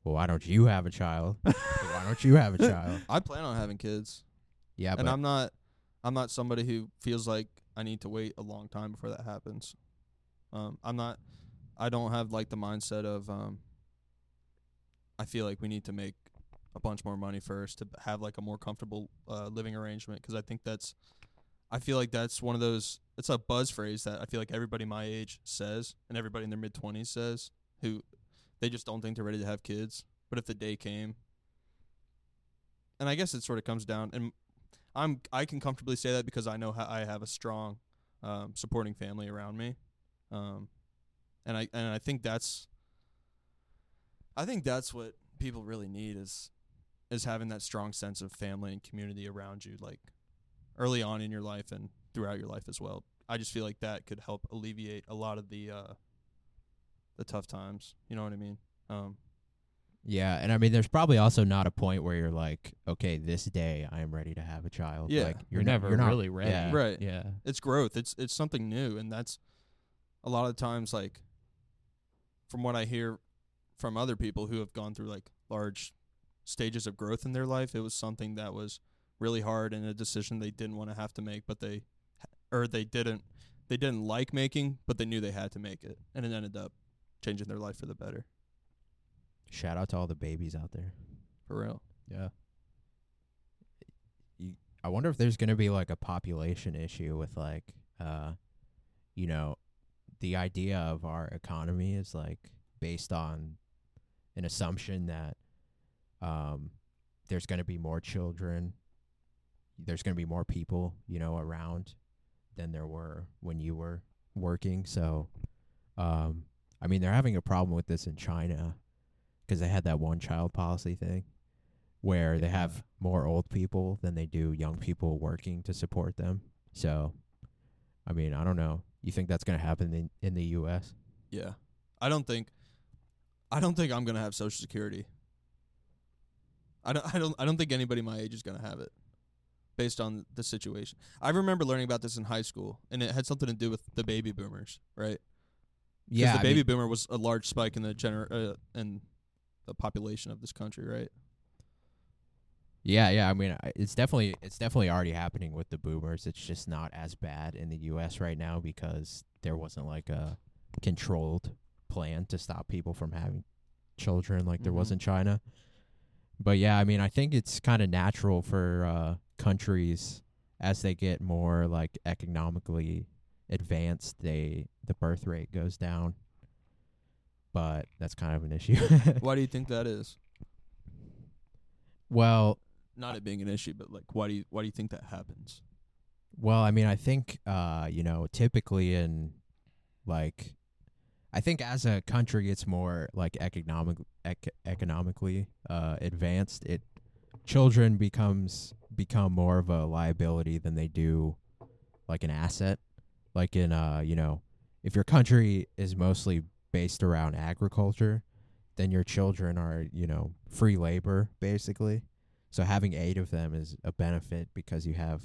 Well, why don't you have a child? why don't you have a child? I plan on having kids, Yeah, and but I'm not I'm not somebody who feels like I need to wait a long time before that happens. Um I'm not I don't have like the mindset of um I feel like we need to make a bunch more money first to b- have like a more comfortable uh, living arrangement because I think that's I feel like that's one of those it's a buzz phrase that I feel like everybody my age says and everybody in their mid 20s says who They just don't think they're ready to have kids. But if the day came, and I guess it sort of comes down, and I'm I can comfortably say that because I know how I have a strong um, supporting family around me, um, and I and I think that's I think that's what people really need is is having that strong sense of family and community around you, like early on in your life and throughout your life as well. I just feel like that could help alleviate a lot of the uh, the tough times. You know what I mean? Um, Yeah, and I mean, there's probably also not a point where you're like, okay, this day I am ready to have a child. Yeah. like, You're no- never you're not, really ready. yeah. Right. Yeah. it's growth. It's it's something new, and that's a lot of times like from what I hear from other people who have gone through like large stages of growth in their life, it was something that was really hard and a decision they didn't want to have to make, but they or they didn't they didn't like making, but they knew they had to make it, and it ended up changing their life for the better. Shout out to all the babies out there. For real. Yeah. I wonder if there's going to be like a population issue with like, uh, you know, the idea of our economy is like based on an assumption that um, there's going to be more children, there's going to be more people, you know, around than there were when you were working. So, um, I mean, they're having a problem with this in China because they had that one child policy thing where they have more old people than they do young people working to support them. So, I mean, I don't know. You think that's going to happen in, in the U.S.? Yeah. I don't think I don't think I'm gonna have social security. I don't I don't I don't think anybody my age is gonna have it based on the situation. I remember learning about this in high school and it had something to do with the baby boomers, right? 'Cause Yeah, the baby boomer was a large spike in the gener uh, in the population of this country, right? yeah, yeah. I mean, I- it's definitely it's definitely already happening with the boomers. It's just not as bad in the U.S. right now because there wasn't like a controlled plan to stop people from having children like there was Mhm. in China. But yeah, I mean, I think it's kind of natural for uh, countries as they get more like economically advanced, they the birth rate goes down. But that's kind of an issue. Why do you think that is? well, Not it being an issue, but like why do you why do you think that happens? Well, I mean, I think uh, you know, typically in like I think as a country it's more like economic ec- economically uh advanced. It children becomes become more of a liability than they do like an asset. Like in uh, you know, if your country is mostly based around agriculture, then your children are, you know, free labor basically. So having eight of them is a benefit because you have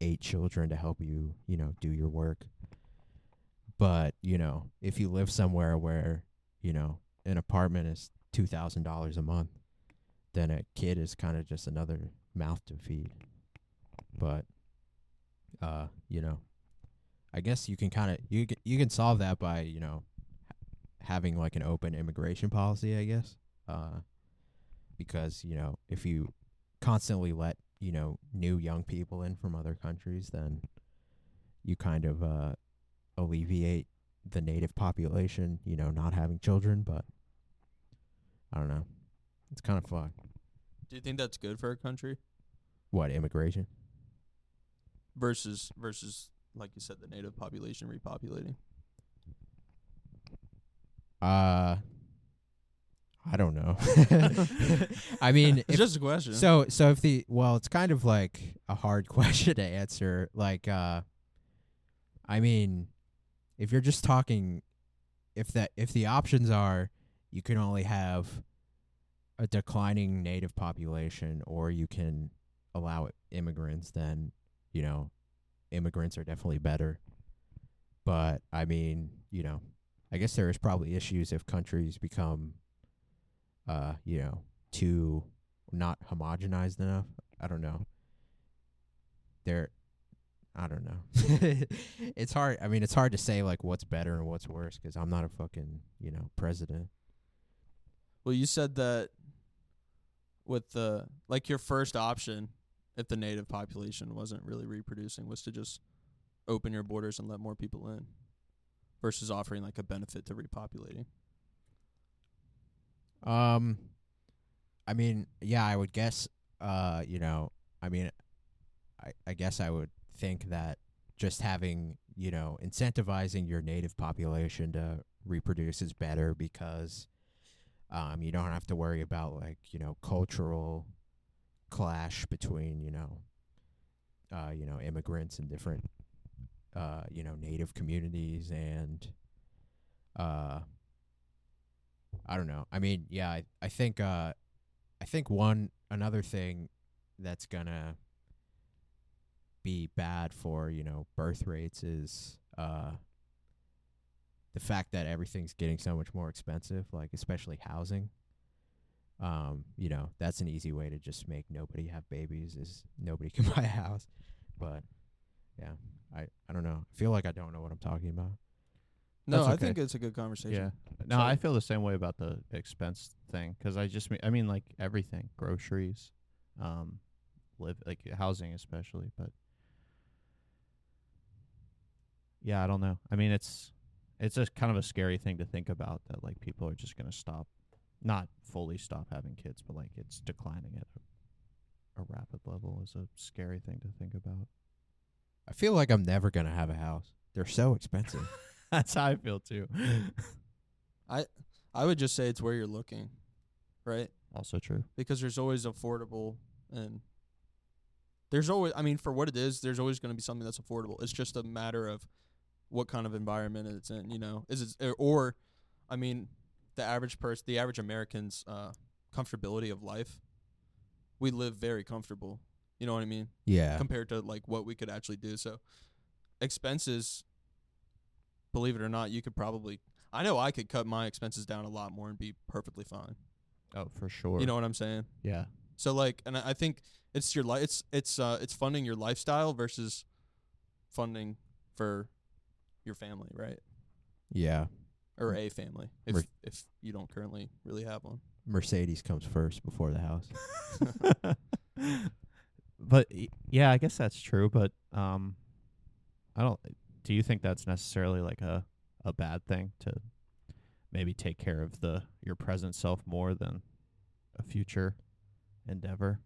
eight children to help you, you know, do your work. But, you know, if you live somewhere where, you know, an apartment is $2,000 a month, then a kid is kind of just another mouth to feed. But uh, you know, I guess you can kind of you c- you can solve that by, you know, h- having like an open immigration policy, I guess. Uh because, you know, if you constantly let you know new young people in from other countries, then you kind of uh, alleviate the native population, you know, not having children. But I don't know, it's kind of fucked. Do you think that's good for a country What immigration? versus versus like you said the native population repopulating? Uh, I don't know. I mean, It's if just a question. So so if the well, it's kind of like a hard question to answer. Like uh I mean, if you're just talking if that if the options are you can only have a declining native population or you can allow immigrants, then, you know, immigrants are definitely better. But I mean, you know, I guess there is probably issues if countries become uh, you know, too not homogenized enough. I don't know. They're I don't know. it's hard. I mean, it's hard to say like what's better and what's worse because I'm not a fucking you know president. Well, you said that with the like your first option, if the native population wasn't really reproducing, was to just open your borders and let more people in, versus offering like a benefit to repopulating. Um, I mean, yeah, I would guess. Uh, you know, I mean, I I guess I would think that just having you know incentivizing your native population to reproduce is better because, um, you don't have to worry about like you know cultural clash between you know, uh, you know immigrants and different, uh, you know native communities and, uh, I don't know. I mean, yeah, I, I think uh I think one another thing that's gonna be bad for, you know, birth rates is uh the fact that everything's getting so much more expensive, like especially housing. Um, you know, that's an easy way to just make nobody have babies is nobody can buy a house. But yeah, I, I don't know. I feel like I don't know what I'm talking about. No, That's I okay. think it's a good conversation. Yeah. No, So- I feel the same way about the expense thing because I just mean, I mean, like everything, groceries, um, live like housing especially, but yeah, I don't know. I mean, it's it's just kind of a scary thing to think about that like people are just gonna stop, not fully stop having kids, but like it's declining at a, a rapid level is a scary thing to think about. I feel like I'm never gonna have a house. They're so expensive. That's how I feel too. I would just say it's where you're looking, right? also true. Because there's always affordable and there's always I mean for what it is, there's always going to be something that's affordable. It's just a matter of what kind of environment it's in, you know. Is it eh, or I mean the average person, the average American's uh comfortability of life. We live very comfortable. You know what I mean? yeah. compared to like what we could actually do. So expenses, believe it or not, you could probably I know I could cut my expenses down a lot more and be perfectly fine. Oh, for sure. You know what I'm saying? Yeah. So like and I I think it's your li- it's it's uh it's funding your lifestyle versus funding for your family, right? Yeah. Or a family if Right. if you don't currently really have one. Mercedes comes first before the house. but y- yeah, I guess that's true. But um, I don't. Do you think that's necessarily like a a bad thing to maybe take care of the your present self more than a future endeavor?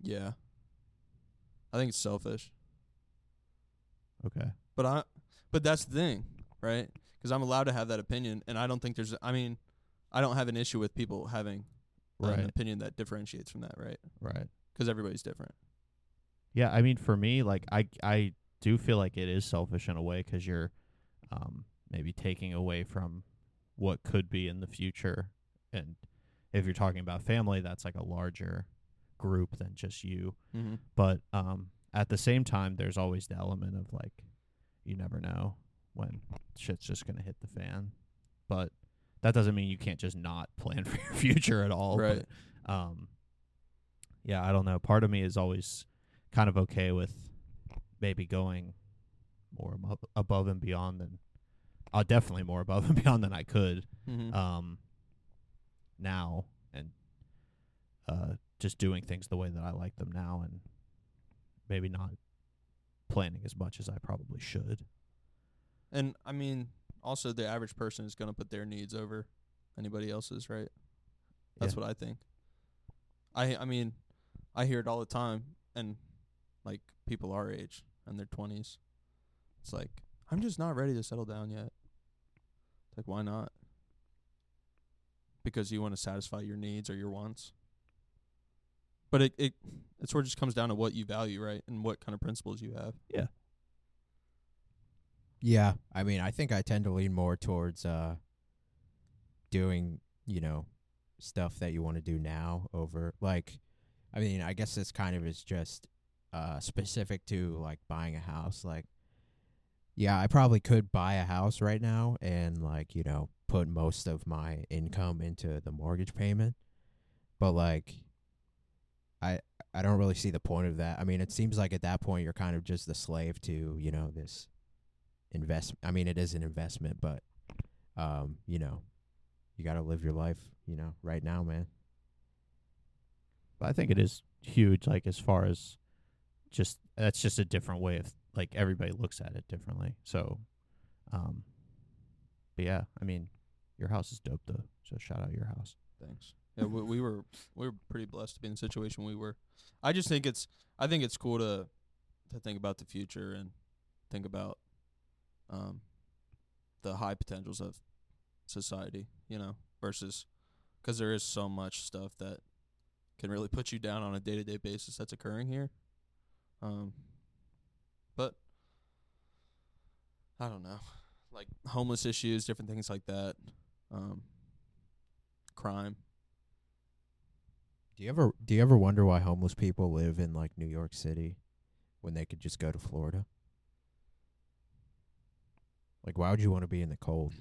Yeah. I think it's selfish. Okay. But I, but that's the thing, right? Because I'm allowed to have that opinion, and I don't think there's. I mean, I don't have an issue with people having an Right. opinion that differentiates from that, right? Right. Because everybody's different. Yeah, I mean, for me, like I I do feel like it is selfish in a way 'cause you're um, maybe taking away from what could be in the future, and if you're talking about family, that's like a larger group than just you. Mm-hmm. But um, at the same time, there's always the element of like, you never know when shit's just gonna hit the fan. But that doesn't mean you can't just not plan for your future at all. right. But, um, yeah, I don't know. Part of me is always kind of okay with maybe going more abo- above and beyond than, uh, definitely more above and beyond than I could Mm-hmm. um, now and uh, just doing things the way that I like them now and maybe not planning as much as I probably should. and I mean, also the average person is going to put their needs over anybody else's, right? That's Yeah. what I think. I I mean, I hear it all the time, and like people our age and their twenties, it's like I'm just not ready to settle down yet. It's like why not? Because you want to satisfy your needs or your wants. But it it it sort of just comes down to what you value, right, and what kind of principles you have. Yeah. I mean, I think I tend to lean more towards uh doing, you know, stuff that you want to do now over like I mean, I guess this kind of is just uh specific to like buying a house like yeah, I probably could buy a house right now and like, you know, put most of my income into the mortgage payment. But like I I don't really see the point of that. I mean, it seems like at that point you're kind of just the slave to, you know, this invest I mean it is an investment, but um, you know, you gotta live your life, you know, right now, man. But I think it is huge, like as far as just that's just a different way of like everybody looks at it differently. So, um, but yeah, I mean, Your house is dope though. So shout out your house. Thanks. Yeah, we, we were we were pretty blessed to be in the situation we were. I just think it's I think it's cool to to think about the future and think about um the high potentials of society, you know, versus because there is so much stuff that can really put you down on a day to day basis that's occurring here. Um, but I don't know, like homeless issues, different things like that, um, crime. Do you ever do you ever wonder why homeless people live in like New York City when they could just go to Florida? Like why would you want to be in the cold?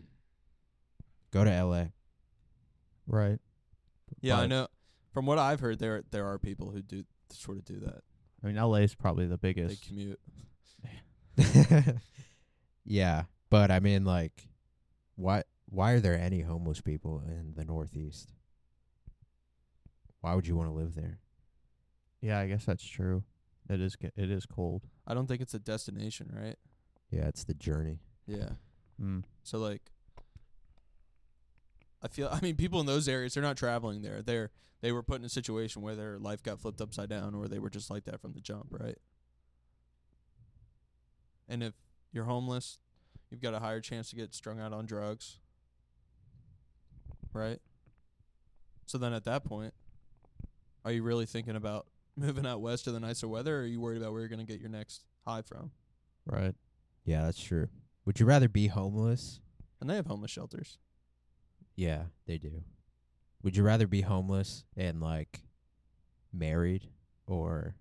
Go to LA. Right. Yeah, I But- know. From what I've heard, there there are people who do sort of do that. I mean, LA is probably the They biggest. commute. yeah, but I mean like why why are there any homeless people in the Northeast? Why would you want to live there? Yeah, I guess that's true. It is. ge- It is cold. I don't think it's a destination, right? Yeah, it's the journey. Yeah. Mm. So like I feel I mean people in those areas they're not traveling there. They're they were put in a situation where their life got flipped upside down or they were just like that from the jump, right? And if you're homeless, you've got a higher chance to get strung out on drugs. Right? So then at that point, are you really thinking about moving out west to the nicer weather or are you worried about where you're going to get your next high from? Right. Yeah, that's true. Would you rather be homeless? And they have homeless shelters. Yeah, they do. Would you rather be homeless and like married or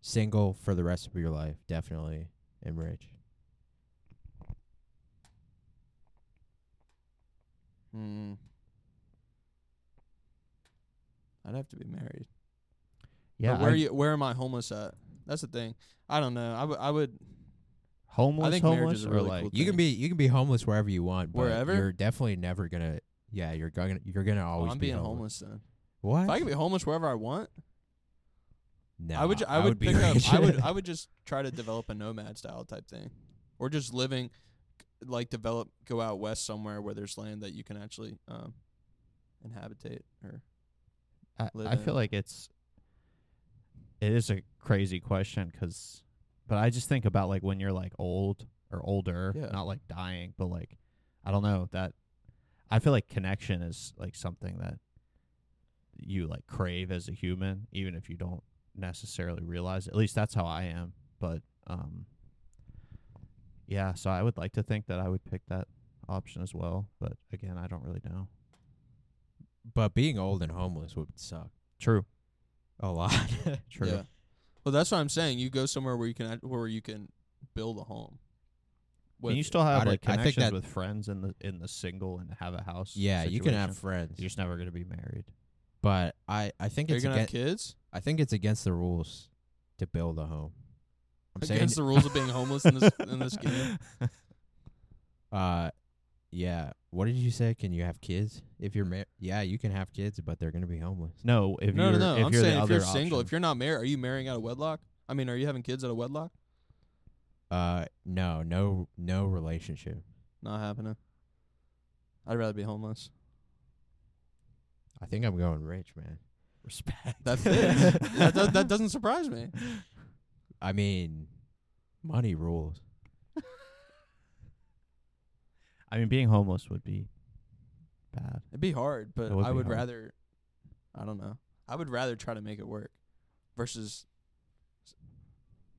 single for the rest of your life? Definitely, and rich. Hmm. I'd have to be married. Yeah. But where I- you? Where am I homeless at? That's the thing. I don't know. I would. I would. homeless? think marriage homeless is a or really like? cool You can Thanks. be you can be homeless wherever you want. But Wherever? You're definitely never gonna. Yeah, you're gonna you're gonna oh, always I'm be being homeless. homeless. then. What? If I could be homeless wherever I want, no, I would. ju- I, would be pick rich. up. I would. I would just try to develop a nomad style type thing, or just living, like develop, go out west somewhere where there's land that you can actually um, inhabitate. Or I, live I feel in. like it's it is a crazy question 'cause but I just think about like when you're like old or older, Yeah. not like dying, but like I don't know that I feel like connection is like something that you like crave as a human, even if you don't necessarily realize. It. At least that's how I am. But um, yeah, so I would like to think that I would pick that option as well, but again, I don't really know. But being old and homeless would suck True, a lot. true. Yeah. Well, that's what I'm saying. You go somewhere where you can act- where you can build a home. And you still have I'd- like I think connections that- with friends in the in the single and have a house. yeah, you can have situation. friends, You're just never gonna be married. but I I think Are you it's gonna against, have kids? I think it's against the rules to build a home. I'm saying Against the rules of being homeless in this in this game. Uh, yeah. What did you say? Can you have kids if you're married? Yeah, you can have kids, but they're gonna be homeless. No, if No, no, you're no. if I'm you're saying the if you're other single, option. if you're not married, are you marrying out of wedlock? I mean, are you having kids out of wedlock? Uh, no, no, no relationship. Not happening. I'd rather be homeless. I think I'm going rich, man. respect. That fits. that, does, that doesn't surprise me. I mean, money rules. I mean, being homeless would be bad. It'd be hard, but It would I be would hard. rather. I don't know. I would rather try to make it work versus s-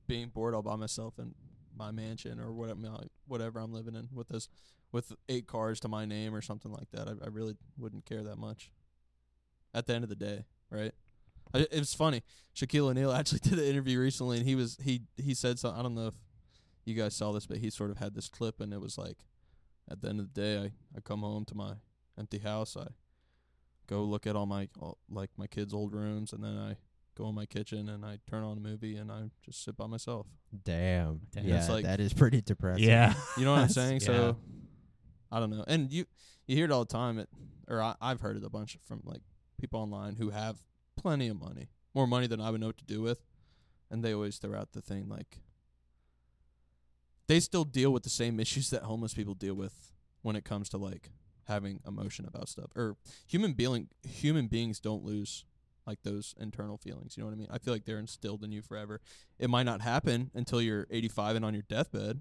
being bored all by myself in my mansion or whatever whatever I'm living in with this with eight cars to my name or something like that. I, I really wouldn't care that much. At the end of the day, right? I, it was funny. Shaquille O'Neal actually did an interview recently, and he was he he said something. I don't know if you guys saw this, but he sort of had this clip, and it was like, at the end of the day, I I come home to my empty house. I go look at all my all, like my kids' old rooms, and then I go in my kitchen and I turn on a movie and I just sit by myself. Damn. Damn. Yeah, It's like- that is pretty depressing. yeah, You know what I'm That's- saying? yeah. So I don't know. And you you hear it all the time. It or I, I've heard it a bunch from like people online who have plenty of money, more money than I would know what to do with, and they always throw out the thing like they still deal with the same issues that homeless people deal with when it comes to like having emotion about stuff or human being human beings don't lose like those internal feelings you know what i mean i feel like they're instilled in you forever it might not happen until you're 85 and on your deathbed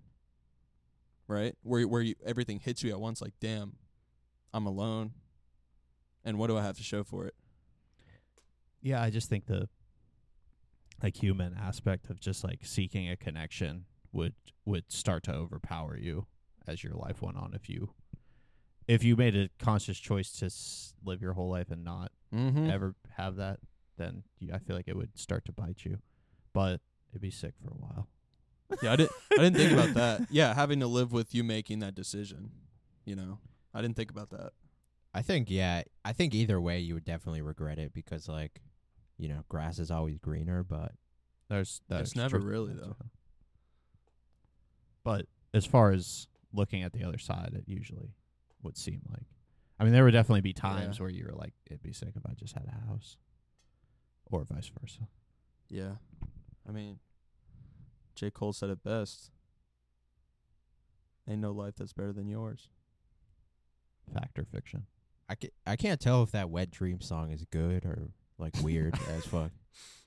right where where you, everything hits you at once like damn i'm alone and what do i have to show for it yeah, I just think the like human aspect of just like seeking a connection would would start to overpower you as your life went on if you if you made a conscious choice to s- live your whole life and not mm-hmm. ever have that then you, I feel like it would start to bite you but it'd be sick for a while yeah i didn't i didn't think about that yeah having to live with you making that decision you know i didn't think about that I think yeah, I think either way you would definitely regret it because like, you know, grass is always greener, but there's that's it's never true. really That's though true. but as far as looking at the other side it usually would seem like I mean there would definitely be times where you were like it'd be sick if I just had a house or vice versa Yeah. I mean, J. Cole said it best. Ain't no life that's better than yours. fact or fiction I ca- I can't tell if that wet dream song is good or like weird as fuck.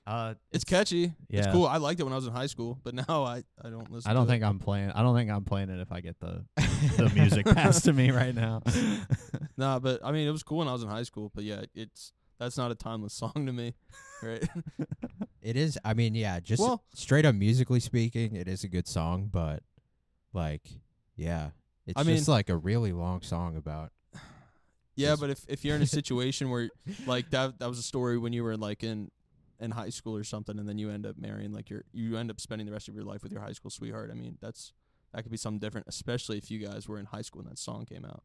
uh It's, catchy. It's yeah. cool. I liked it when I was in high school, but now I, I don't listen I don't to think I'm playing I don't think I'm playing it if I get the the music passed to me right now it. Nah, but I mean, it was cool when I was in high school, but yeah, it's that's not a timeless song to me. Right? It is. I mean, yeah, just Well- straight up musically speaking, it is a good song, but like, yeah, it's I just mean- like a really long song about. yeah, Just- but if, if you're in a situation where like that that was a story when you were like in in high school or something and then you end up marrying like your you end up spending the rest of your life with your high school sweetheart i mean that's that could be something different especially if you guys were in high school when that song came out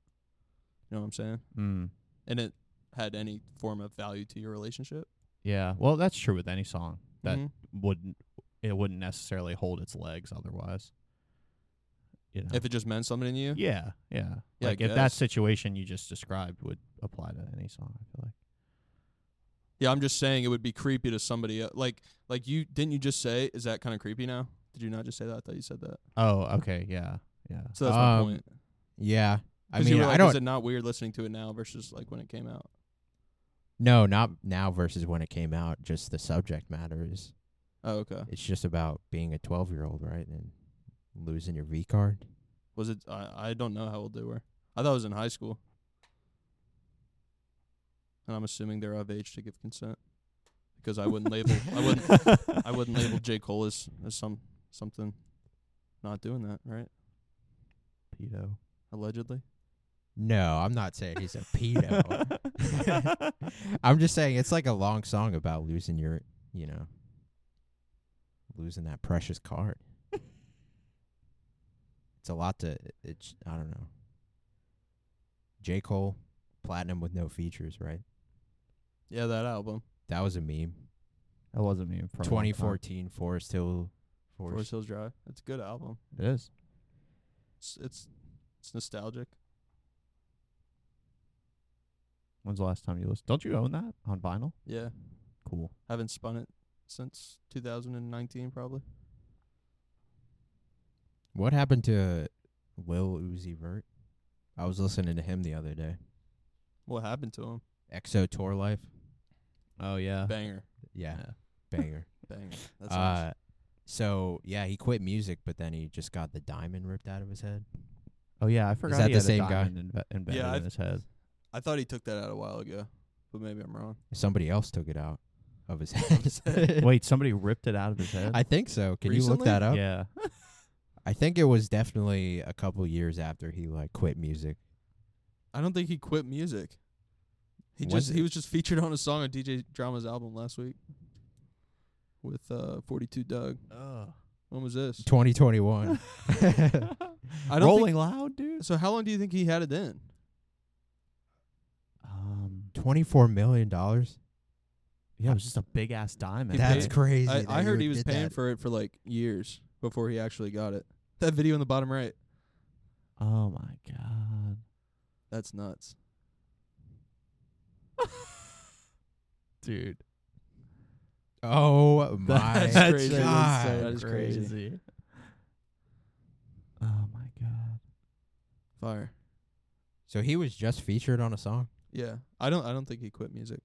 you know what i'm saying mm, and it had any form of value to your relationship yeah well that's true with any song that Mhm. wouldn't it wouldn't necessarily hold its legs otherwise you know if it just meant something to you Yeah, yeah. Yeah, I like if that guess. situation you just described would apply to any song, I feel like. yeah i'm just saying it would be creepy to somebody el like like you didn't you just say is that kind of creepy now did you not just say that i thought you said that Oh, okay, yeah, yeah. so that's my Um, point Yeah, I 'Cause you mean, were like, I is don't it not weird listening to it now versus like when it came out no, not now versus when it came out. Just the subject matter is oh okay it's just about being a twelve year old, right, and losing your V card. Was it? I, I don't know how old they were. I thought it was in high school. And I'm assuming they're of age to give consent, because I wouldn't label I wouldn't I wouldn't label J Cole as, as some something, not doing that right pedo. allegedly. No, I'm not saying he's a pedo. I'm just saying it's like a long song about losing your, you know, losing that precious card. it's a lot to. It's I don't know. J Cole, platinum with no features, right? Yeah, that album. That was a meme. That wasn't me. For a long time. 2014, Forest Hill, Forest Forest. Hills Drive. It's a good album. It is. It's it's, it's nostalgic. When's the last time you listened? Don't you own that on vinyl? Yeah, Cool. haven't spun it since 2019 probably. What happened to Lil Uzi Vert? I was listening to him the other day. What happened to him? EXO tour life. Oh yeah. Banger, Yeah, banger. banger. That's Uh, so yeah, he quit music, but then he just got the diamond ripped out of his head. Oh yeah. I forgot. that he the had a same guy? diamond inve- embedded I've- in his head. I thought he took that out a while ago, but maybe I'm wrong. Somebody else took it out of his head. Wait, somebody ripped it out of his head. I think so. Can you look Recently? that up? yeah. I think it was definitely a couple years after he like quit music. I don't think he quit music. He Was just he it? was just featured on a song on DJ Drama's album last week with uh 42 Doug. Ugh. When was this? 2021. I don't Rolling loud, dude. Think, so how long do you think he had it in? Um. 24 million dollars. Yeah, it was just a big ass diamond. That's paid- crazy. I, that I heard you he was did paying that. for it for like years before he actually got it. That video in the bottom right. Oh my god. That's nuts. Dude. Oh my That's crazy. god! That is crazy. Oh my god. Fire. So he was just featured on a song. Yeah, I don't. I don't think he quit music.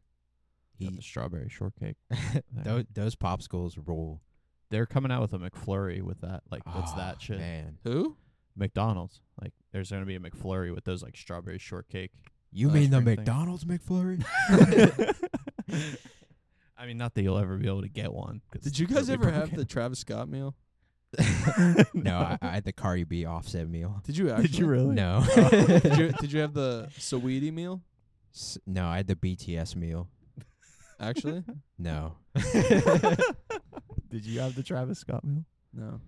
Got He the strawberry shortcake. there. those those popsicles rule. They're coming out with a McFlurry with that. Like it's Ah, that shit. Man, Who? McDonald's. Like there's gonna be a McFlurry with those like strawberry shortcake. you Ice mean the cream thing. McDonald's McFlurry? I mean, not that you'll ever be able to get one. 'cause Did you guys it'll be ever have the broken. Travis Scott meal? no, I, I had the Cardi B offset meal. Did you actually? Did you really? No, did you did you have the Saweetie meal? S- no, I had the BTS meal. Actually, No, Did you have the Travis Scott meal? no.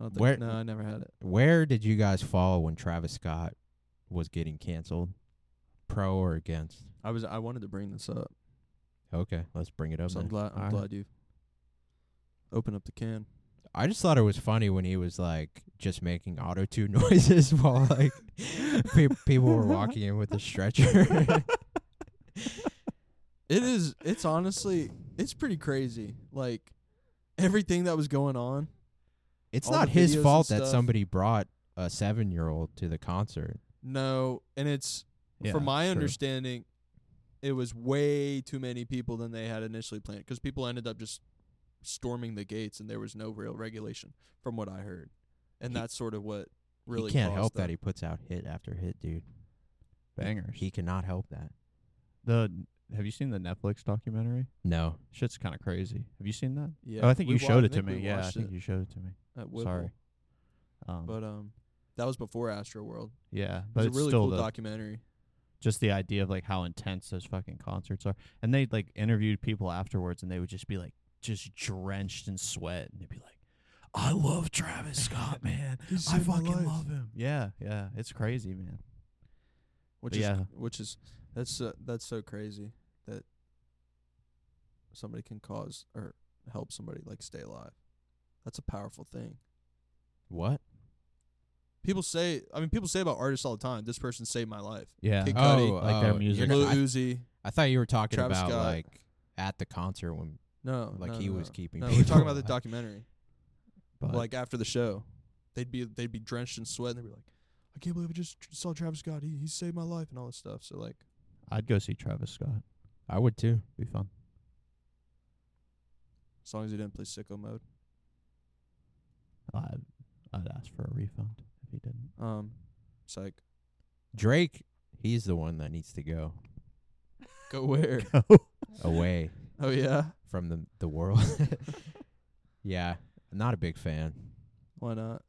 I don't think, Where- No, I never had it. where did you guys fall when Travis Scott was getting canceled? Pro or against? I was. I wanted to bring this up. Okay, let's bring it up. So I'm then. glad. I'm Alright. glad you open up the can. I just thought it was funny when he was like just making auto tune noises while like pe- people were walking in with a stretcher. It is. It's honestly. It's pretty crazy. Like everything that was going on. it's All the not his videos and fault that stuff. somebody brought a seven-year-old to the concert. No, and it's Yeah, from my true. understanding, it was way too many people than they had initially planned because people ended up just storming the gates and there was no real regulation, from what I heard, and He- that's sort of what really he can't caused help that. he puts out hit after hit, dude. Bangers. He cannot help that. the have you seen the Netflix documentary? No, Shit's kind of crazy. Have you seen that? yeah, oh, I think we you wa- showed I it to think we me. Yeah, I watched think it you showed it to me. at Whipple, Sorry. Um, but um, that was before Astro World. yeah, It but was it's a really still cool the, documentary. just the idea of like how intense those fucking concerts are. And they like interviewed people afterwards, and they would just be like just drenched in sweat, and they'd be like, "I love Travis Scott, man. I fucking love him." Yeah, yeah, it's crazy, man. which But is yeah. which is that's uh, that's so crazy that somebody can cause or help somebody like stay alive. That's a powerful thing. what? People say, I mean, people say about artists all the time. This person saved my life. Yeah, Kid Cudi, Oh, like their oh, music. you're Lil not- I, Uzi. I thought you were talking Travis about Scott. like at the concert when No, like no, he no, was no. keeping. No, people we're talking about the alive. documentary. but Like after the show, they'd be they'd be drenched in sweat and they'd be like, "I can't believe I just tr- saw Travis Scott. He he saved my life and all this stuff." So like, I'd go see Travis Scott. I would too. Be fun. as long as he didn't play sicko mode. I'd, I'd ask for a refund if he didn't. Um, it's like Drake, he's the one that needs to go go where? away oh yeah, from the the world. yeah, not a big fan. why not?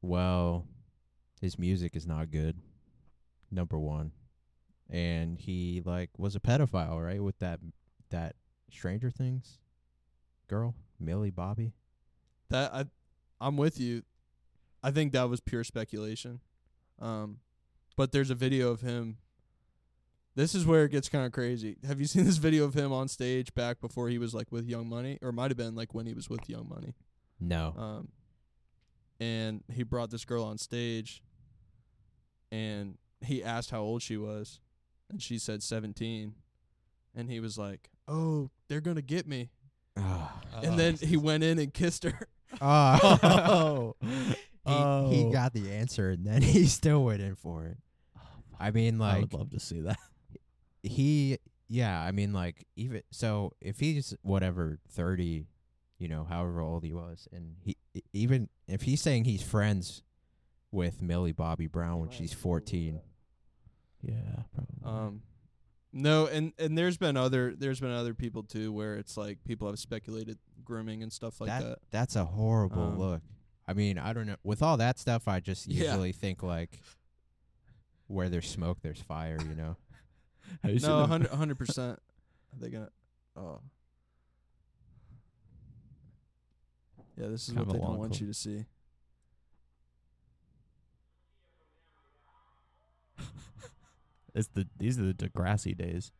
Well, his music is not good. Number 1. And he like was a pedophile, right? With that that Stranger Things girl, Millie Bobby. That I, I'm with you. I think that was pure speculation. Um, but there's a video of him. This is where it gets kind of crazy. Have you seen this video of him on stage back before he was like with Young Money, or it might have been like when he was with Young Money? No. Um, and he brought this girl on stage, and he asked how old she was, and she said 17, and he was like, "Oh, they're gonna get me," Uh-huh. and then he went in and kissed her. oh. he, he Oh. got the answer and then he still went in for it. I mean like I would love to see that. he yeah i mean like even so if he's whatever 30 you know however old he was and he e- even if he's saying he's friends with millie bobby brown when she's 14 Yeah, probably. Um, no, and and there's been other there's been other people too where it's like people have speculated grooming and stuff like that. that's a horrible Um, look i mean i don't know with all that stuff i just Yeah. usually think like where there's smoke there's fire you know Have you seen No, the- hundred hundred percent. Are they gonna? Oh, yeah. This is Kind of what a they long don't want clip. you to see. It's the these are the Degrassi days.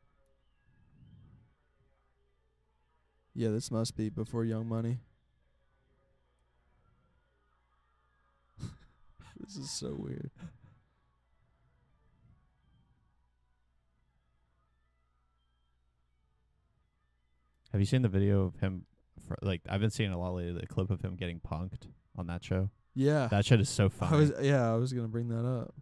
Yeah, this must be before Young Money. this is so weird. Have you seen the video of him? fr like I've been seeing a lot lately. The clip of him getting punked on that show. Yeah, That shit is Uh, so I funny. was. Yeah, I was gonna bring that up.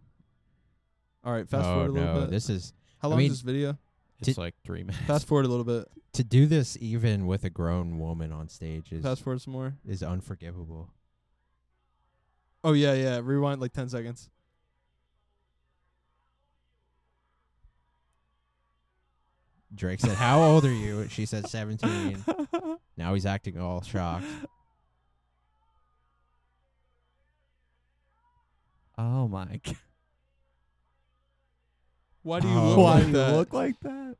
All right, fast oh forward a little no, bit. this is How I long mean- is this video? Did- It's like three minutes. Fast forward a little bit. to do this even with a grown woman on stage is Fast forward some more. is unforgivable. Oh yeah, yeah. Rewind like ten seconds. Drake said, "How old are you?" She said, "17." now he's acting all shocked. oh my god! Why do you Oh. look Why like do you that? look like that?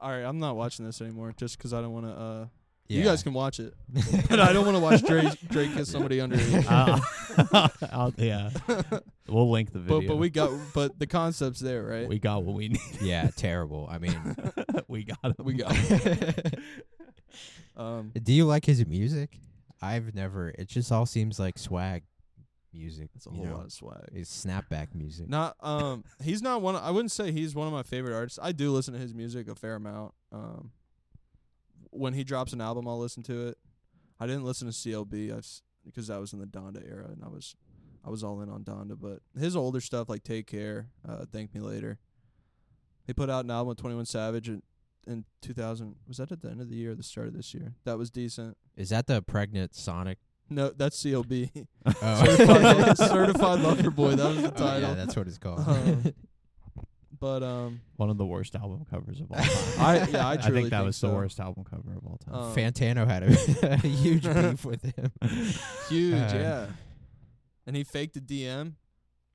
All right, I'm not watching this anymore just 'cause I don't want to. Uh, Yeah. You guys can watch it, but I don't want to watch Drake Drake kiss somebody underage. Uh, I'll- yeah, we'll link the video. But but we got but the concept's there, right? we got what we need. yeah, terrible. I mean, we got it. We got. um, do you like his music? I've never. It just all seems like swag music. it's a you whole know? lot of swag. It's snapback music. Not um, he's not one. I wouldn't say he's one of my favorite artists. I do listen to his music a fair amount. Um, when he drops an album, I'll listen to it. I didn't listen to CLB I s because that was in the Donda era, and I was, I was all in on Donda. But his older stuff like Take Care, uh, Thank Me Later. He put out an album with Twenty One Savage in, in 2000. Was that at the end of the year or the start of this year? That was decent. Is that the pregnant Sonic? No, that's CLB. Oh. certified, certified Lover Boy. That was the Oh, title. yeah, that's what it's called. Um, but um, One of the worst album covers of all time. I yeah, I I, truly think that was so. the worst album cover of all time. Um, Fantano had a, a huge Uh-huh. beef with him. Huge, Uh, yeah. And he faked a DM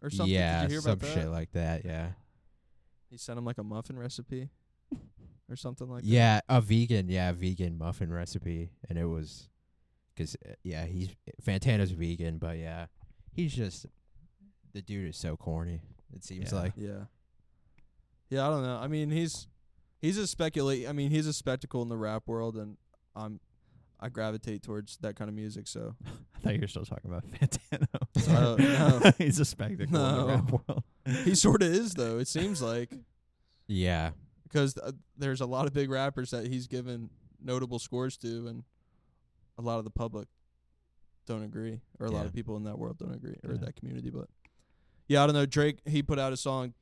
or something. Yeah, Did you hear some about that? shit like that. Yeah, he sent him like a muffin recipe or something like that. yeah, a vegan, yeah, a vegan muffin recipe, and it was because yeah, he's Fantano's vegan, but yeah, he's just the dude is so corny. It seems Yeah. like Yeah. Yeah, I don't know. I mean, he's he's a speculate. I mean, he's a spectacle in the rap world, and I'm I gravitate towards that kind of music. So I thought you were still talking about Fantano. Oh, no. He's a spectacle in the rap world. he sort of is, though. It seems like yeah, because uh, there's a lot of big rappers that he's given notable scores to, and a lot of the public don't agree, or a lot Yeah. of people in that world don't agree, or Yeah. that community. But yeah, I don't know. Drake he put out a song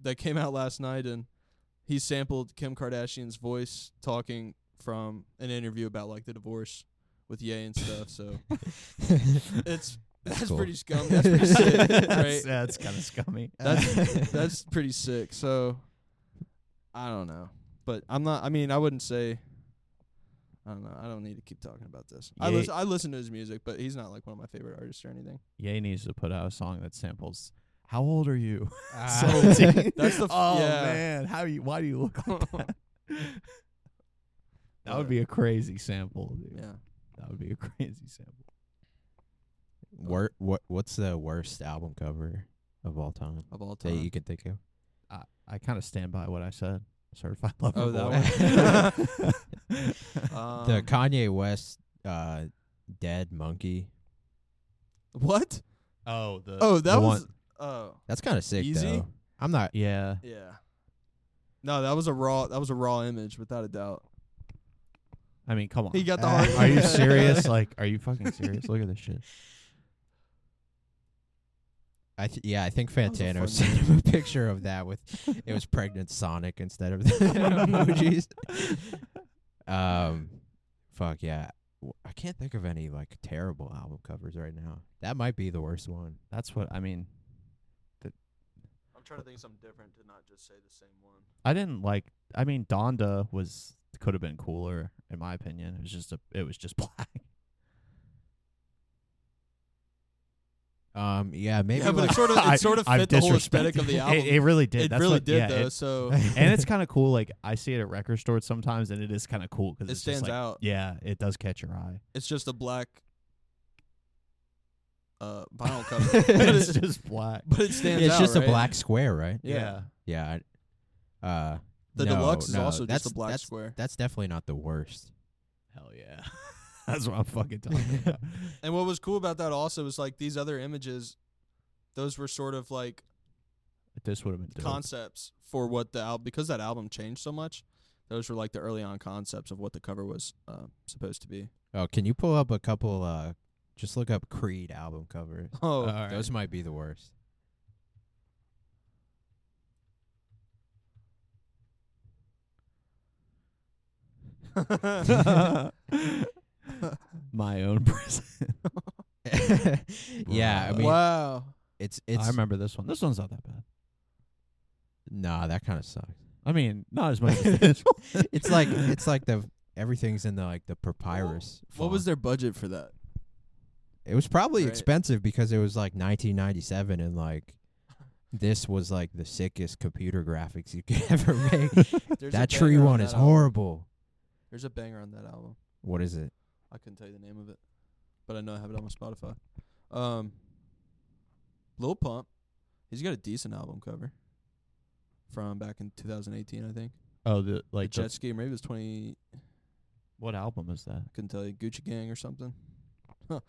that came out last night, and he sampled Kim Kardashian's voice talking from an interview about like the divorce with Ye and stuff. So it's that's, cool. pretty scum. That's pretty sick, right? That's, that's kind of scummy. That's that's pretty sick. So I don't know, but I'm not. I mean, I wouldn't say. I don't know. I don't need to keep talking about this. I Yeah. listen. I listen to his music, but he's not like one of my favorite artists or anything. Ye needs to put out a song that samples. How old are you? Ah. That's the f- oh yeah. man, how you? Why do you look like that? that But, would be a crazy sample. Dude. Yeah. That would be a crazy sample. Wor- what what's the worst album cover of all time Of all that you time. can think of? I, I kind of stand by what I said. Certified lover Oh, boy. that Um, the Kanye West uh, Dead Monkey. what? oh, the Oh, the that one- was. Oh, That's kind of sick Easy? though. I'm not. yeah. yeah. No, that was a raw. That was a raw image, without a doubt. I mean, come on. He got the Uh, heart. Are you serious? like, are you fucking serious? Look at this shit. I th- yeah, I think was a Fantano fun sent him a picture of that with it was pregnant Sonic instead of the emojis. Um, fuck yeah, W- I can't think of any like terrible album covers right now. That might be the worst one. That's what I mean. I'm trying to think of something different to not just say the same one. I didn't like. I mean, Donda was could have been cooler, in my opinion. It was just a. It was just black. Um, yeah, maybe yeah, but like, it sort of I- it sort of I'm fit the whole disrespecting- aesthetic of the It- album. It, really did. It That's really what- did yeah, though. it- so and it's kind of cool. Like I see it at record stores sometimes, and it is kind of cool because It stands out. Yeah, it does catch your eye. it's just a black uh vinyl cover. but, it's it, just black. but it stands it's out. just right? a black square, right? Yeah. Yeah. I, uh, The no, deluxe is no, also that's, just a black that's, square. That's definitely not the worst. Hell yeah. That's what I'm fucking talking about. And what was cool about that also was like these other images, those were sort of like this would have been dope. concepts for what the album because that album changed so much. Those were like the early on concepts of what the cover was uh, supposed to be. Oh, can you pull up a couple? Uh, just look up Creed album covers. Oh, All Those might be the worst. My own prison. yeah, I Bruh. mean, wow. it's it's I remember this one. This one's not that bad. nah, that kind of sucks. I mean, not as much as this one. It's like it's like the everything's in the like the papyrus. What was font. their budget for that? It was probably Right. expensive because it was like 1997 and like this was like the sickest computer graphics you could ever make. There's a that tree banger on one that um, is album. horrible. There's a banger on that album. What is it? I couldn't tell you the name of it, but I know I have it on my Spotify. Um, Lil Pump, he's got a decent album cover from back in 2018, I think. oh, the Like like the the- jet ski, maybe it was 20. what album is that? I couldn't tell you Gucci Gang or something. Huh.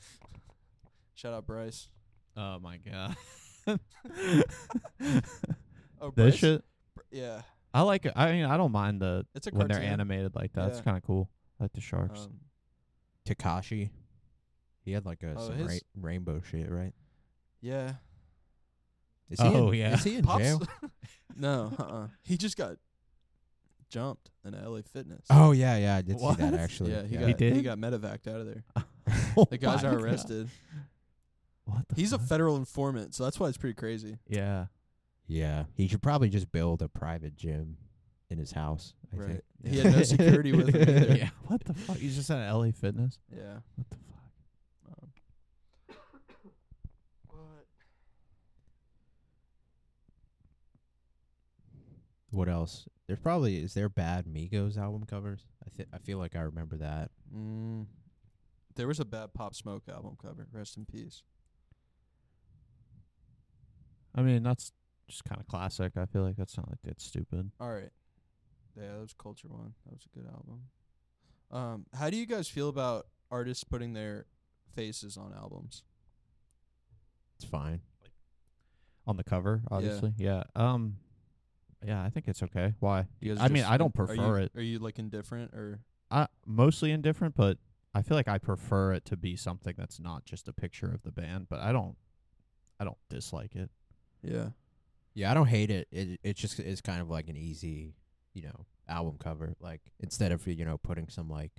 Shout out Bryce. Oh my god, Oh, this Bryce. shit. Br- Yeah, I like. it. I mean, I don't mind the it's a when cartoon. they're animated like that. It's Yeah. kind of cool. I like the sharks. Um, Takashi. He had like a Oh, some ra- his- rainbow shit, right? yeah. Is he Oh, in, yeah. Is he in Pops- jail? no, uh-uh. he just got jumped in a LA Fitness. Oh yeah, yeah, I did see What? that actually. yeah, he yeah. got He did? got medevaced out of there. Oh The guys my are God. arrested. What the He's a fuck? federal informant, so that's why it's pretty crazy. yeah. Yeah, he should probably just build a private gym in his house. I Right. think. He had no security with him either. yeah. What the fuck? He's just at LA Fitness. Yeah. What the fuck? Um, What else? There's probably is there bad Migos album covers? I th- I feel like I remember that. mm, there was a bad Pop Smoke album cover. Rest in peace. I mean, that's just kind of classic. I feel like that's not like that stupid. All right. Yeah, that was Culture One. That was a good album. Um, how do you guys feel about artists putting their faces on albums? It's fine. on the cover, obviously. Yeah. Um yeah, I think it's okay. Why? You guys I mean, just- I don't are prefer you- it. Are you like indifferent or I mostly indifferent, but I feel like I prefer it to be something that's not just a picture of the band, but I don't I don't dislike it. yeah? Yeah, I don't hate it. It it just is kind of like an easy, you know, album cover. Like instead of you know putting some like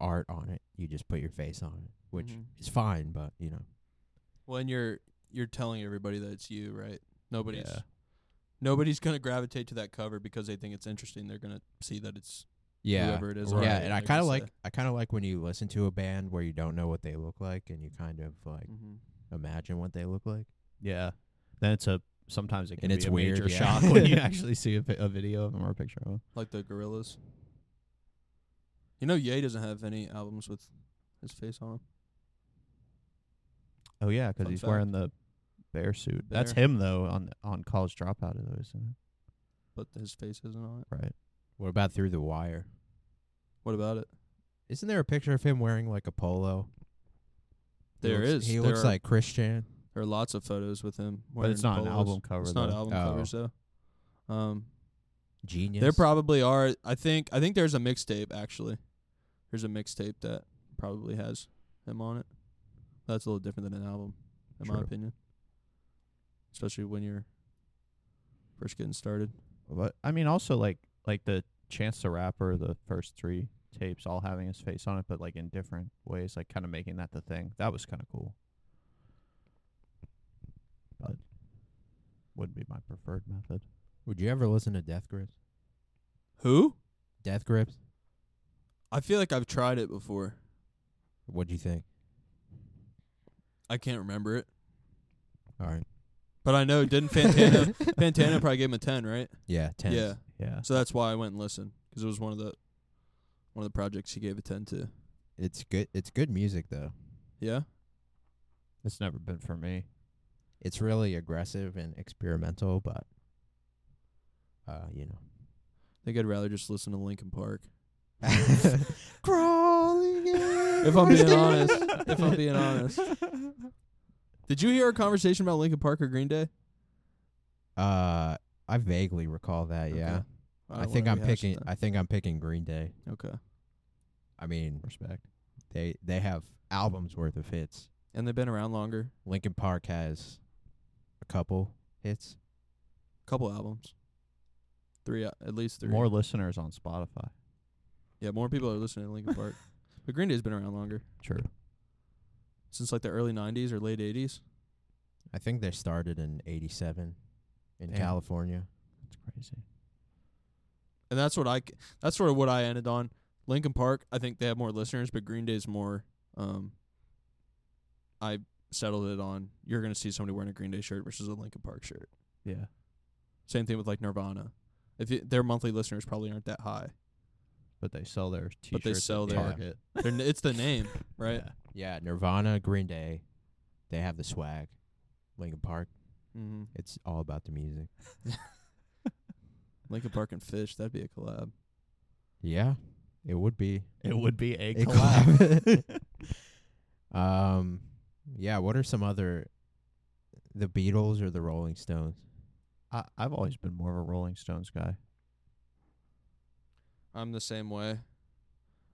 art on it, you just put your face on it, which Mhm. is fine. But you know, When you're you're telling everybody that it's you, right? Nobody's Yeah. nobody's gonna gravitate to that cover because they think it's interesting. They're gonna see that it's yeah, whoever it is. right. on yeah. it, And I kind they're gonna of like say- I kind of like when you listen to a band where you don't know what they look like and you kind of like Mhm. imagine what they look like. Yeah. Then it's a sometimes it can And be it's a weird, major yeah. shock when you actually see a, pi- a video of them or a picture of them. like the gorillas. You know, Ye doesn't have any albums with his face on 'em. Oh yeah, 'cause Fun he's fact. wearing the bear suit. That's Bear. him though on on college dropout though, isn't but his face isn't on it. it? Right. What about Through the Wire? What about it? Isn't there a picture of him wearing like a polo? He There looks- is. He There looks are- like Christian. There are lots of photos with him. But it's wearing not an polos. album cover, It's not though. album Oh. covers though. Um, Genius. there probably are. I think. I think there's a mixtape actually. There's a mixtape that probably has him on it. That's a little different than an album, in my True. opinion. Especially when you're first getting started. But I mean, also like like the Chance the Rapper, the first three tapes, all having his face on it, but like in different ways, like kind of making that the thing. That was kind of cool. But wouldn't be my preferred method. Would you ever listen to Death Grips? Who? Death Grips. I feel like I've tried it before. What'd you think? I can't remember it, All right. but I know didn't Fantana Fantana probably gave him a ten, right? Yeah. Ten. Yeah. Yeah. So that's why I went and listened because it was one of the one of the projects he gave a ten to. It's good. It's good music though. Yeah, It's never been for me. It's really aggressive and experimental, but uh, you know. I think I'd rather just listen to Linkin Park. Crawling. If I'm being honest, if I'm being honest, did you hear our conversation about Linkin Park or Green Day? Uh, I vaguely recall that. Yeah. Okay. I don't think wanna I'm rehash it picking. then. I think I'm picking Green Day. okay, I mean, Respect. They they have albums worth of hits. and they've been around longer. Linkin Park has a couple hits. Couple albums, three al- at least three. More listeners on Spotify. yeah, more people are listening to Linkin Park, but Green Day's been around longer True. since like the early '90s or late '80s. I think they started in '87 in Damn. California. That's crazy. and that's what I c- that's sort of what I ended on. Lincoln Park, I think they have more listeners, but Green Day's more. Um, I settled it on you're gonna see somebody wearing a Green Day shirt versus a Lincoln Park shirt. Yeah. Same thing with like Nirvana. If you, their monthly listeners probably aren't that high, But they sell their t-shirts But they sell at their- Target. They're n- it's the name, right? Yeah. Yeah, Nirvana, Green Day, they have the swag. Linkin Park, Mm-hmm. it's all about the music. Lincoln Park and Fish, that'd be a collab. Yeah, it would be It would be a a collab. collab. um, yeah. What are some other, the Beatles or the Rolling Stones? I, I've always been more of a Rolling Stones guy. I'm the same way.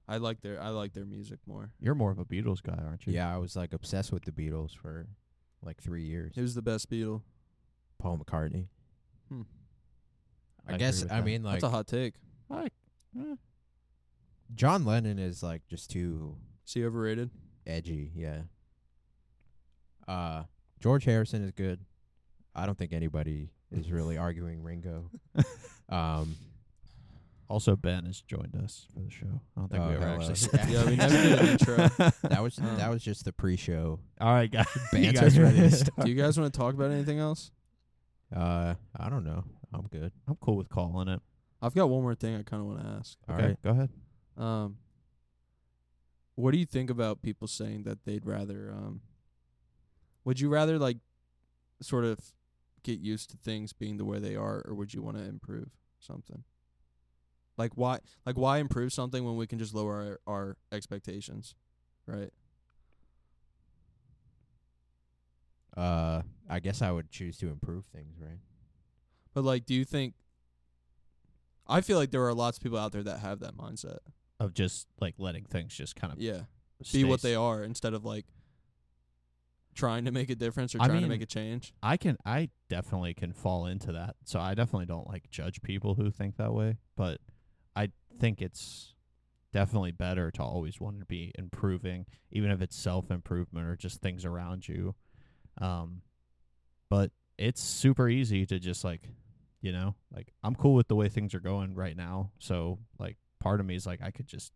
I like their I like their music more. You're more of a Beatles guy, aren't you? Yeah, I was like obsessed with the Beatles for like three years. Who's the best Beatle? Paul McCartney. Hmm. I, agree guess with I that. mean like that's a hot take. I, eh, John Lennon is like just too Is he overrated? edgy. Yeah. Uh, George Harrison is good. I don't think anybody is really arguing Ringo. Um, also, Ben has joined us for the show. I don't think Oh, we ever hello. actually said Yeah, we never did an intro. that was Um, that was just the pre-show. All right, guys. you Banter's guys ready to Do you guys want to talk about anything else? Uh, I don't know. I'm good. I'm cool with calling it. I've got one more thing I kind of want to ask. All okay, right. go ahead. Um, what do you think about people saying that they'd rather? Um, would you rather like sort of get used to things being the way they are, or would you want to improve something? Like why? Like why improve something when we can just lower our, our expectations, right? Uh, I guess I would choose to improve things, right? But like, do you think? I feel like there are lots of people out there that have that mindset. Of just like letting things just kind of Yeah, be what they are instead of like trying to make a difference or I trying to mean, make a change. I can I definitely can fall into that. So I definitely don't like judge people who think that way, but I think it's definitely better to always want to be improving, even if it's self improvement or just things around you. Um but it's super easy to just like, you know, like I'm cool with the way things are going right now. So like part of me is like I could just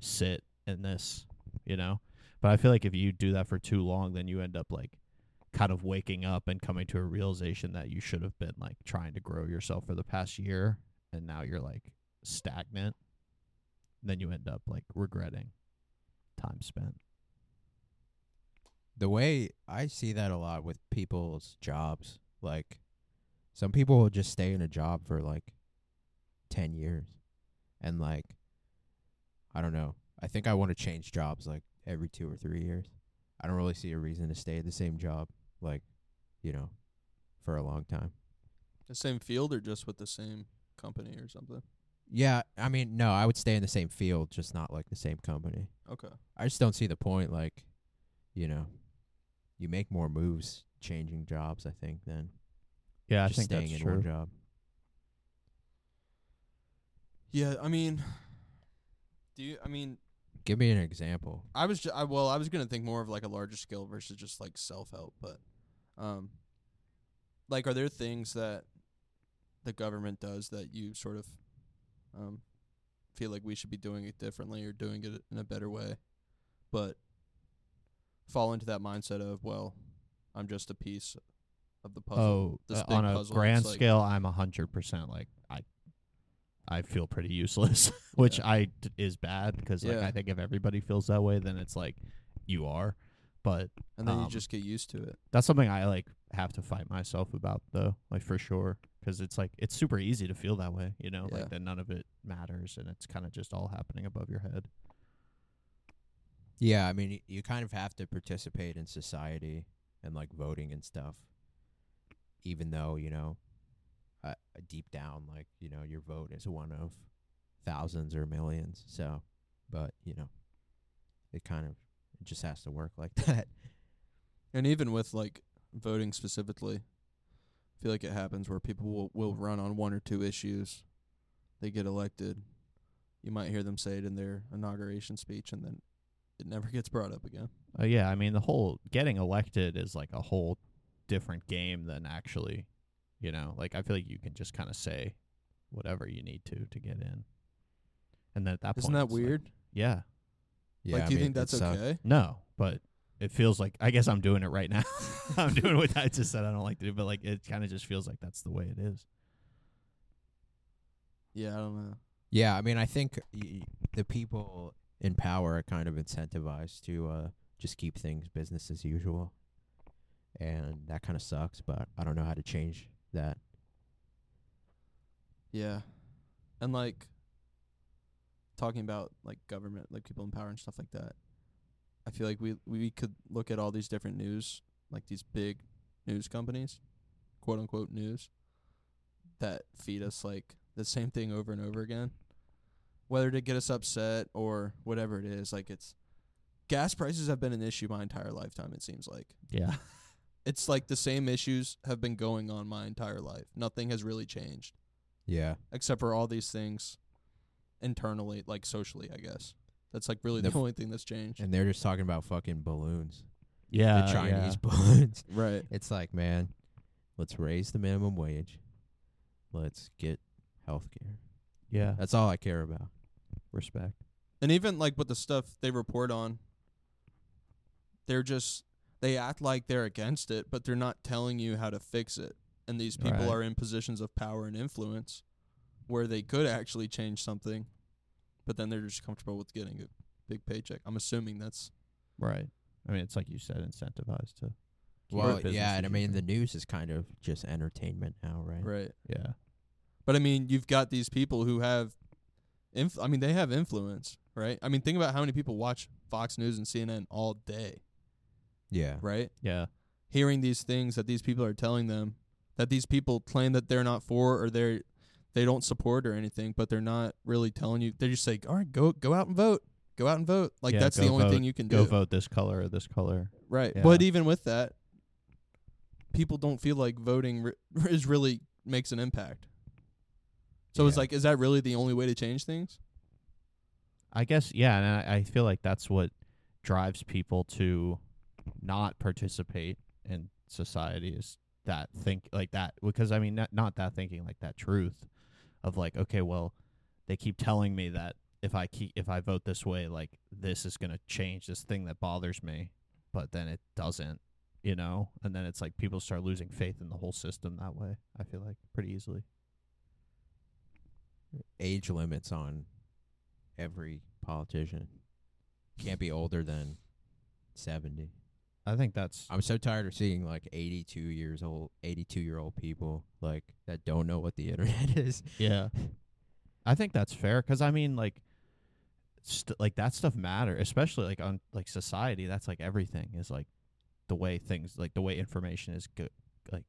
sit in this, you know. But I feel like if you do that for too long, then you end up like kind of waking up and coming to a realization that you should have been like trying to grow yourself for the past year and now you're like stagnant then you end up like regretting time spent the way I see that a lot with people's jobs, like some people will just stay in a job for like 10 years and like I don't know. I think I want to change jobs like every 2 or 3 years. I don't really see a reason to stay at the same job like, you know, for a long time. The same field or just with the same company or something. Yeah, I mean, no, I would stay in the same field, just not like the same company. Okay. I just don't see the point like, you know, you make more moves changing jobs, I think, than yeah just staying in one job. Yeah, I mean, do you? I mean, Give me an example. I was ju- I well, I was gonna think more of like a larger scale versus just like self help, but, um, like are there things that the government does that you sort of, um, feel like we should be doing it differently or doing it in a better way, but fall into that mindset of well, I'm just a piece of the puzzle. oh this uh, big on a puzzle, grand it's like- scale i'm a hundred percent like i i feel pretty useless which Yeah. i d- is bad because like Yeah. i think if everybody feels that way then it's like you are but and then you um, just get used to it. that's something I like have to fight myself about though, like for sure, because it's like it's super easy to feel that way, you know, Yeah. like that none of it matters and it's kind of just all happening above your head. Yeah, I mean, y- you kind of have to participate in society and like voting and stuff, even though you know, uh, deep down, like you know, your vote is one of thousands or millions. So, but you know, it kind of it just has to work like that. And even with like voting specifically, I feel like it happens where people will, will run on one or two issues. They get elected. You might hear them say it in their inauguration speech and then it never gets brought up again. Uh, yeah, I mean the whole getting elected is like a whole different game than actually, you know, like I feel like you can just kind of say whatever you need to to get in. And then at that Isn't point that it's like- weird? yeah. Yeah, like I do you mean, uh, think that's it sucks. okay? No, but it feels like I guess I'm doing it right now. I'm doing what I just said I don't like to do, but like it kind of just feels like that's the way it is. Yeah, I don't know. Yeah, I mean, I think y- y- the people in power are kind of incentivized to uh, just keep things business as usual, and that kind of sucks. But I don't know how to change that. Yeah. And like talking about like government, like people in power and stuff like that. I feel like we we could look at all these different news, like these big news companies, quote unquote news that feed us like the same thing over and over again. Whether to get us upset or whatever it is, like it's gas prices have been an issue my entire lifetime it seems like. Yeah. It's like the same issues have been going on my entire life. Nothing has really changed Yeah, except for all these things internally, like socially, I guess. That's like really The the f- only thing that's changed. and they're just talking about fucking balloons, Uh, Yeah. the Chinese balloons. Right. It's like, man, let's raise the minimum wage. Let's get health care. Yeah. That's all I care about. Respect. And even like with the stuff they report on, they're just they act like they're against it, but they're not telling you how to fix it. And these people Right. are in positions of power and influence where they could actually change something, but then they're just comfortable with getting a big paycheck. I'm assuming that's Right. I mean, it's like you said, incentivized to. keep well, business yeah, and I as mean, the usual. news is kind of just entertainment now, right? right. Yeah. But I mean, you've got these people who have, inf- I mean, they have influence, right? I mean, think about how many people watch Fox News and CNN all day, Yeah, right? Yeah. Hearing these things that these people are telling them, that these people claim that they're not for or they're they don't support or anything, but they're not really telling you. They just say, "All right, go go out and vote, go out and vote." Like Yeah, that's the go only vote. thing you can Go do, vote this color or this color. right? Yeah. But even with that, people don't feel like voting re- is really makes an impact. So it's Yeah. like, is that really the only way to change things? I guess. Yeah, and I, I feel like that's what drives people to not participate in society is that think like that because I mean not not that thinking like that truth of like okay well they keep telling me that if I keep if I vote this way like this is gonna change this thing that bothers me but then it doesn't you know and then it's like people start losing faith in the whole system that way I feel like pretty easily age limits on every politician. Can't be older than seventy. I think that's I'm so tired of seeing like 82 years old, 82 year old people like that don't know what the internet is. Yeah. I think that's fair cuz I mean like st- like that stuff matter, especially like on like society, that's like everything is like the way things like the way information is go- like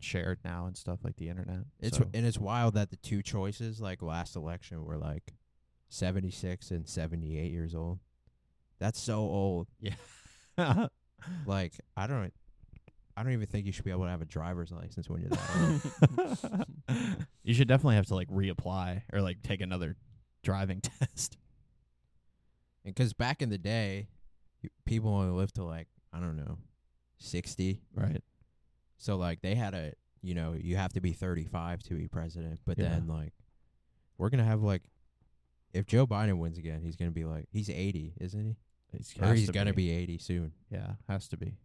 shared now and stuff like the internet. It's So- and it's wild that the two choices like last election were like 76 and 78 years old. That's so old. yeah. Like I don't, I don't even think you should be able to have a driver's license when you're that old. you should definitely have to like reapply or like take another driving test. Because back in the day, y- people only lived to like I don't know, 60. Right. So like they had a you know you have to be 35 to be president, but Yeah. then like we're gonna have like if Joe Biden wins again, he's gonna be like he's 80, isn't he? It's or has he's to gonna be. 80 soon. Yeah, has to be.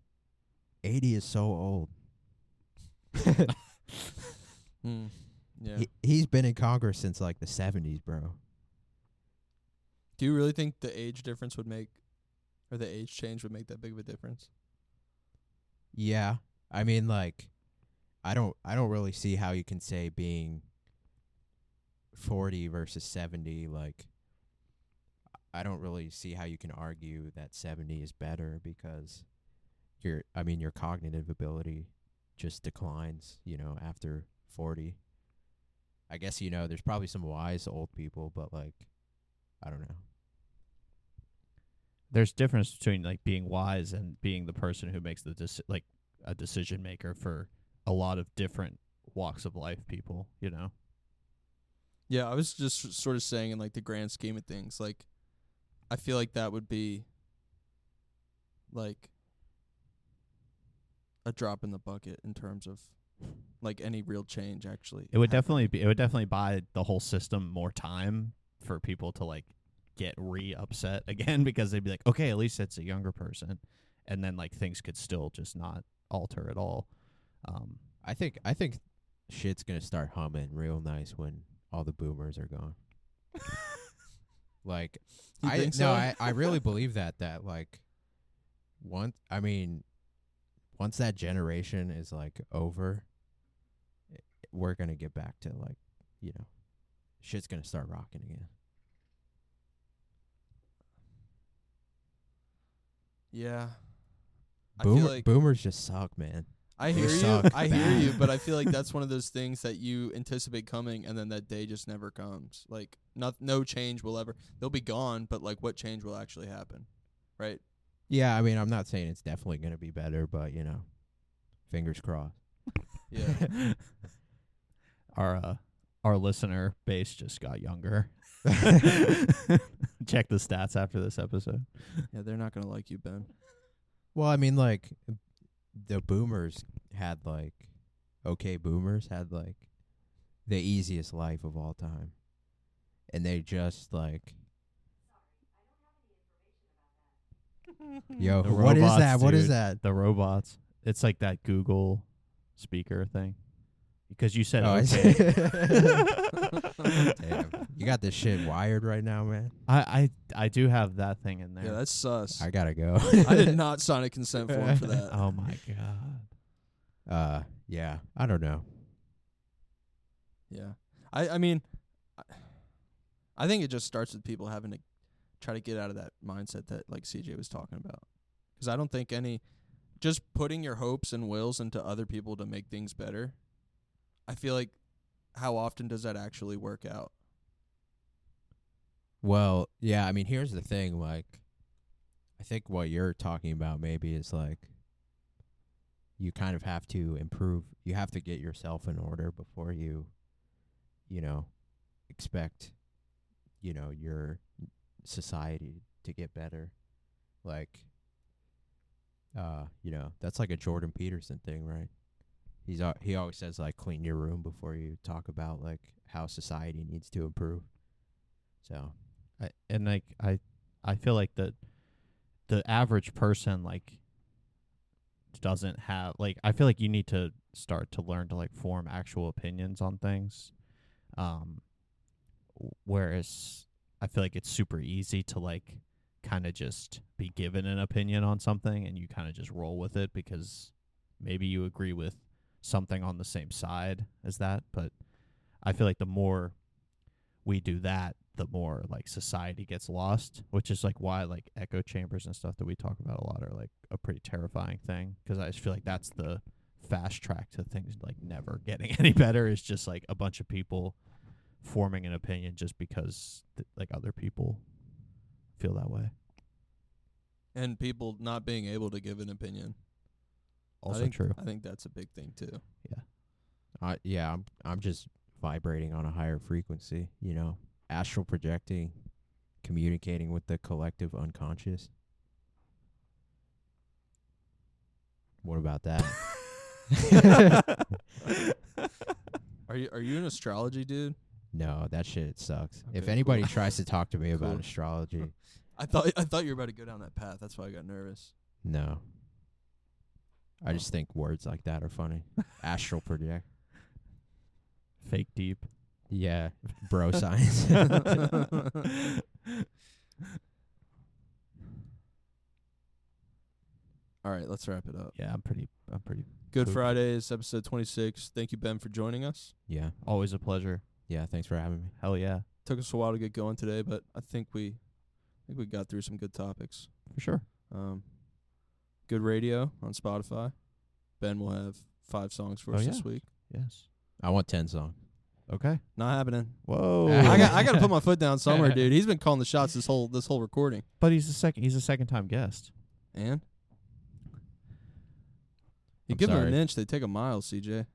80 is so old. Mm. Yeah. He, he's been in Congress since like the 70s, bro. Do you really think the age difference would make, or the age change would make that big of a difference? Yeah, I mean like I don't I don't really see how you can say being 40 versus 70 like I don't really see how you can argue that 70 is better because your I mean your cognitive ability just declines, you know, after 40. I guess you know there's probably some wise old people but like I don't know. there's difference between like being wise and being the person who makes the deci- like a decision maker for a lot of different walks of life people you know Yeah, I was just s- sort of saying in like the grand scheme of things, like I feel like that would be like a drop in the bucket in terms of like any real change actually. it would happening. definitely be it would definitely buy the whole system more time for people to like get re upset again because they'd be like okay at least it's a younger person and then like things could still just not alter at all um I think I think shit's gonna start humming real nice when all the boomers are gone. like You I think no, so? I, I really believe that that like once I mean once that generation is like over, i- we're gonna get back to like you know shit's gonna start rocking again. Yeah. I feel Boomer, like boomers just suck, man. I they hear you. suck I hear you, bad. but I feel like that's one of those things that you anticipate coming and then that day just never comes. Like not no change will ever they'll be gone, but like what change will actually happen? Right? Yeah, I mean I'm not saying it's definitely gonna be better, but you know, fingers crossed. Yeah. our uh, our listener base just got younger. Check the stats after this episode. yeah, they're not going to like you, Ben. Well, I mean, like the boomers had like okay, boomers had like the easiest life of all time, and they just like. Yo, The what is robots, that? What is dude. that? The robots. It's like that Google speaker thing. Because you said Oh, I see. okay. Damn, you got this shit wired right now, man. I, I I do have that thing in there. Yeah, that's sus. I gotta go. I did not sign a consent form for that. oh my god. Uh, yeah, I don't know. Yeah. I I mean I- I think it just starts with people having to try to get out of that mindset that like CJ was talking about. Cuz I don't think any just putting your hopes and wills into other people to make things better. I feel like how often does that actually work out? Well, yeah, I mean, here's the thing. Like, I think what you're talking about maybe is like you kind of have to improve. You have to get yourself in order before you, you know, expect, you know, your society to get better. Like, uh, you know, that's like a Jordan Peterson thing, right? He's al- he always says like clean your room before you talk about like how society needs to improve. So I, and like I, I feel like the, the average person like doesn't have like I feel like you need to start to learn to like form actual opinions on things, um, w- whereas I feel like it's super easy to like kind of just be given an opinion on something and you kind of just roll with it because maybe you agree with something on the same side as that, but I feel like the more we do that, the more like society gets lost, which is like why like echo chambers and stuff that we talk about a lot are like a pretty terrifying thing because I just feel like that's the fast track to things like never getting any better is just like a bunch of people forming an opinion just because th- like other people feel that way. And people not being able to give an opinion. I Also think, true. I think that's a big thing too. I yeah, I'm I'm just vibrating on a higher frequency, you know, astral projecting, communicating with the collective unconscious. What about that? Are you are you an astrology dude? no, that shit sucks. if Okay, anybody tries to talk to me about Cool. astrology, I thought I thought you were about to go down that path. That's why I got nervous. no. I just think words like that are funny. Astral project. Fake deep. Yeah, bro science. All right, let's wrap it up. Yeah, I'm pretty I'm pretty Good Cool. Fridays, episode 26. Thank you, Ben, for joining us. yeah. always a pleasure. Yeah, thanks for having me. Hell yeah. Took us a while to get going today, but I think we I think we got through some good topics. For sure. Um, good radio on Spotify. Ben will have five songs for Oh, us yeah. this week. Yes. I want 10 songs. Okay. Not happening. Whoa. I got I got to put my foot down somewhere, dude. He's been calling the shots this whole this whole recording. But he's a second. He's a second time guest. And you I'm give them an sorry. inch, they take a mile. CJ.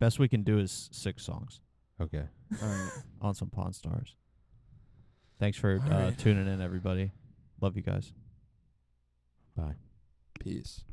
Best we can do is six songs Okay. All right. on some Pawn Stars. Thanks for All uh, right. tuning in, everybody. Love you guys. Peace.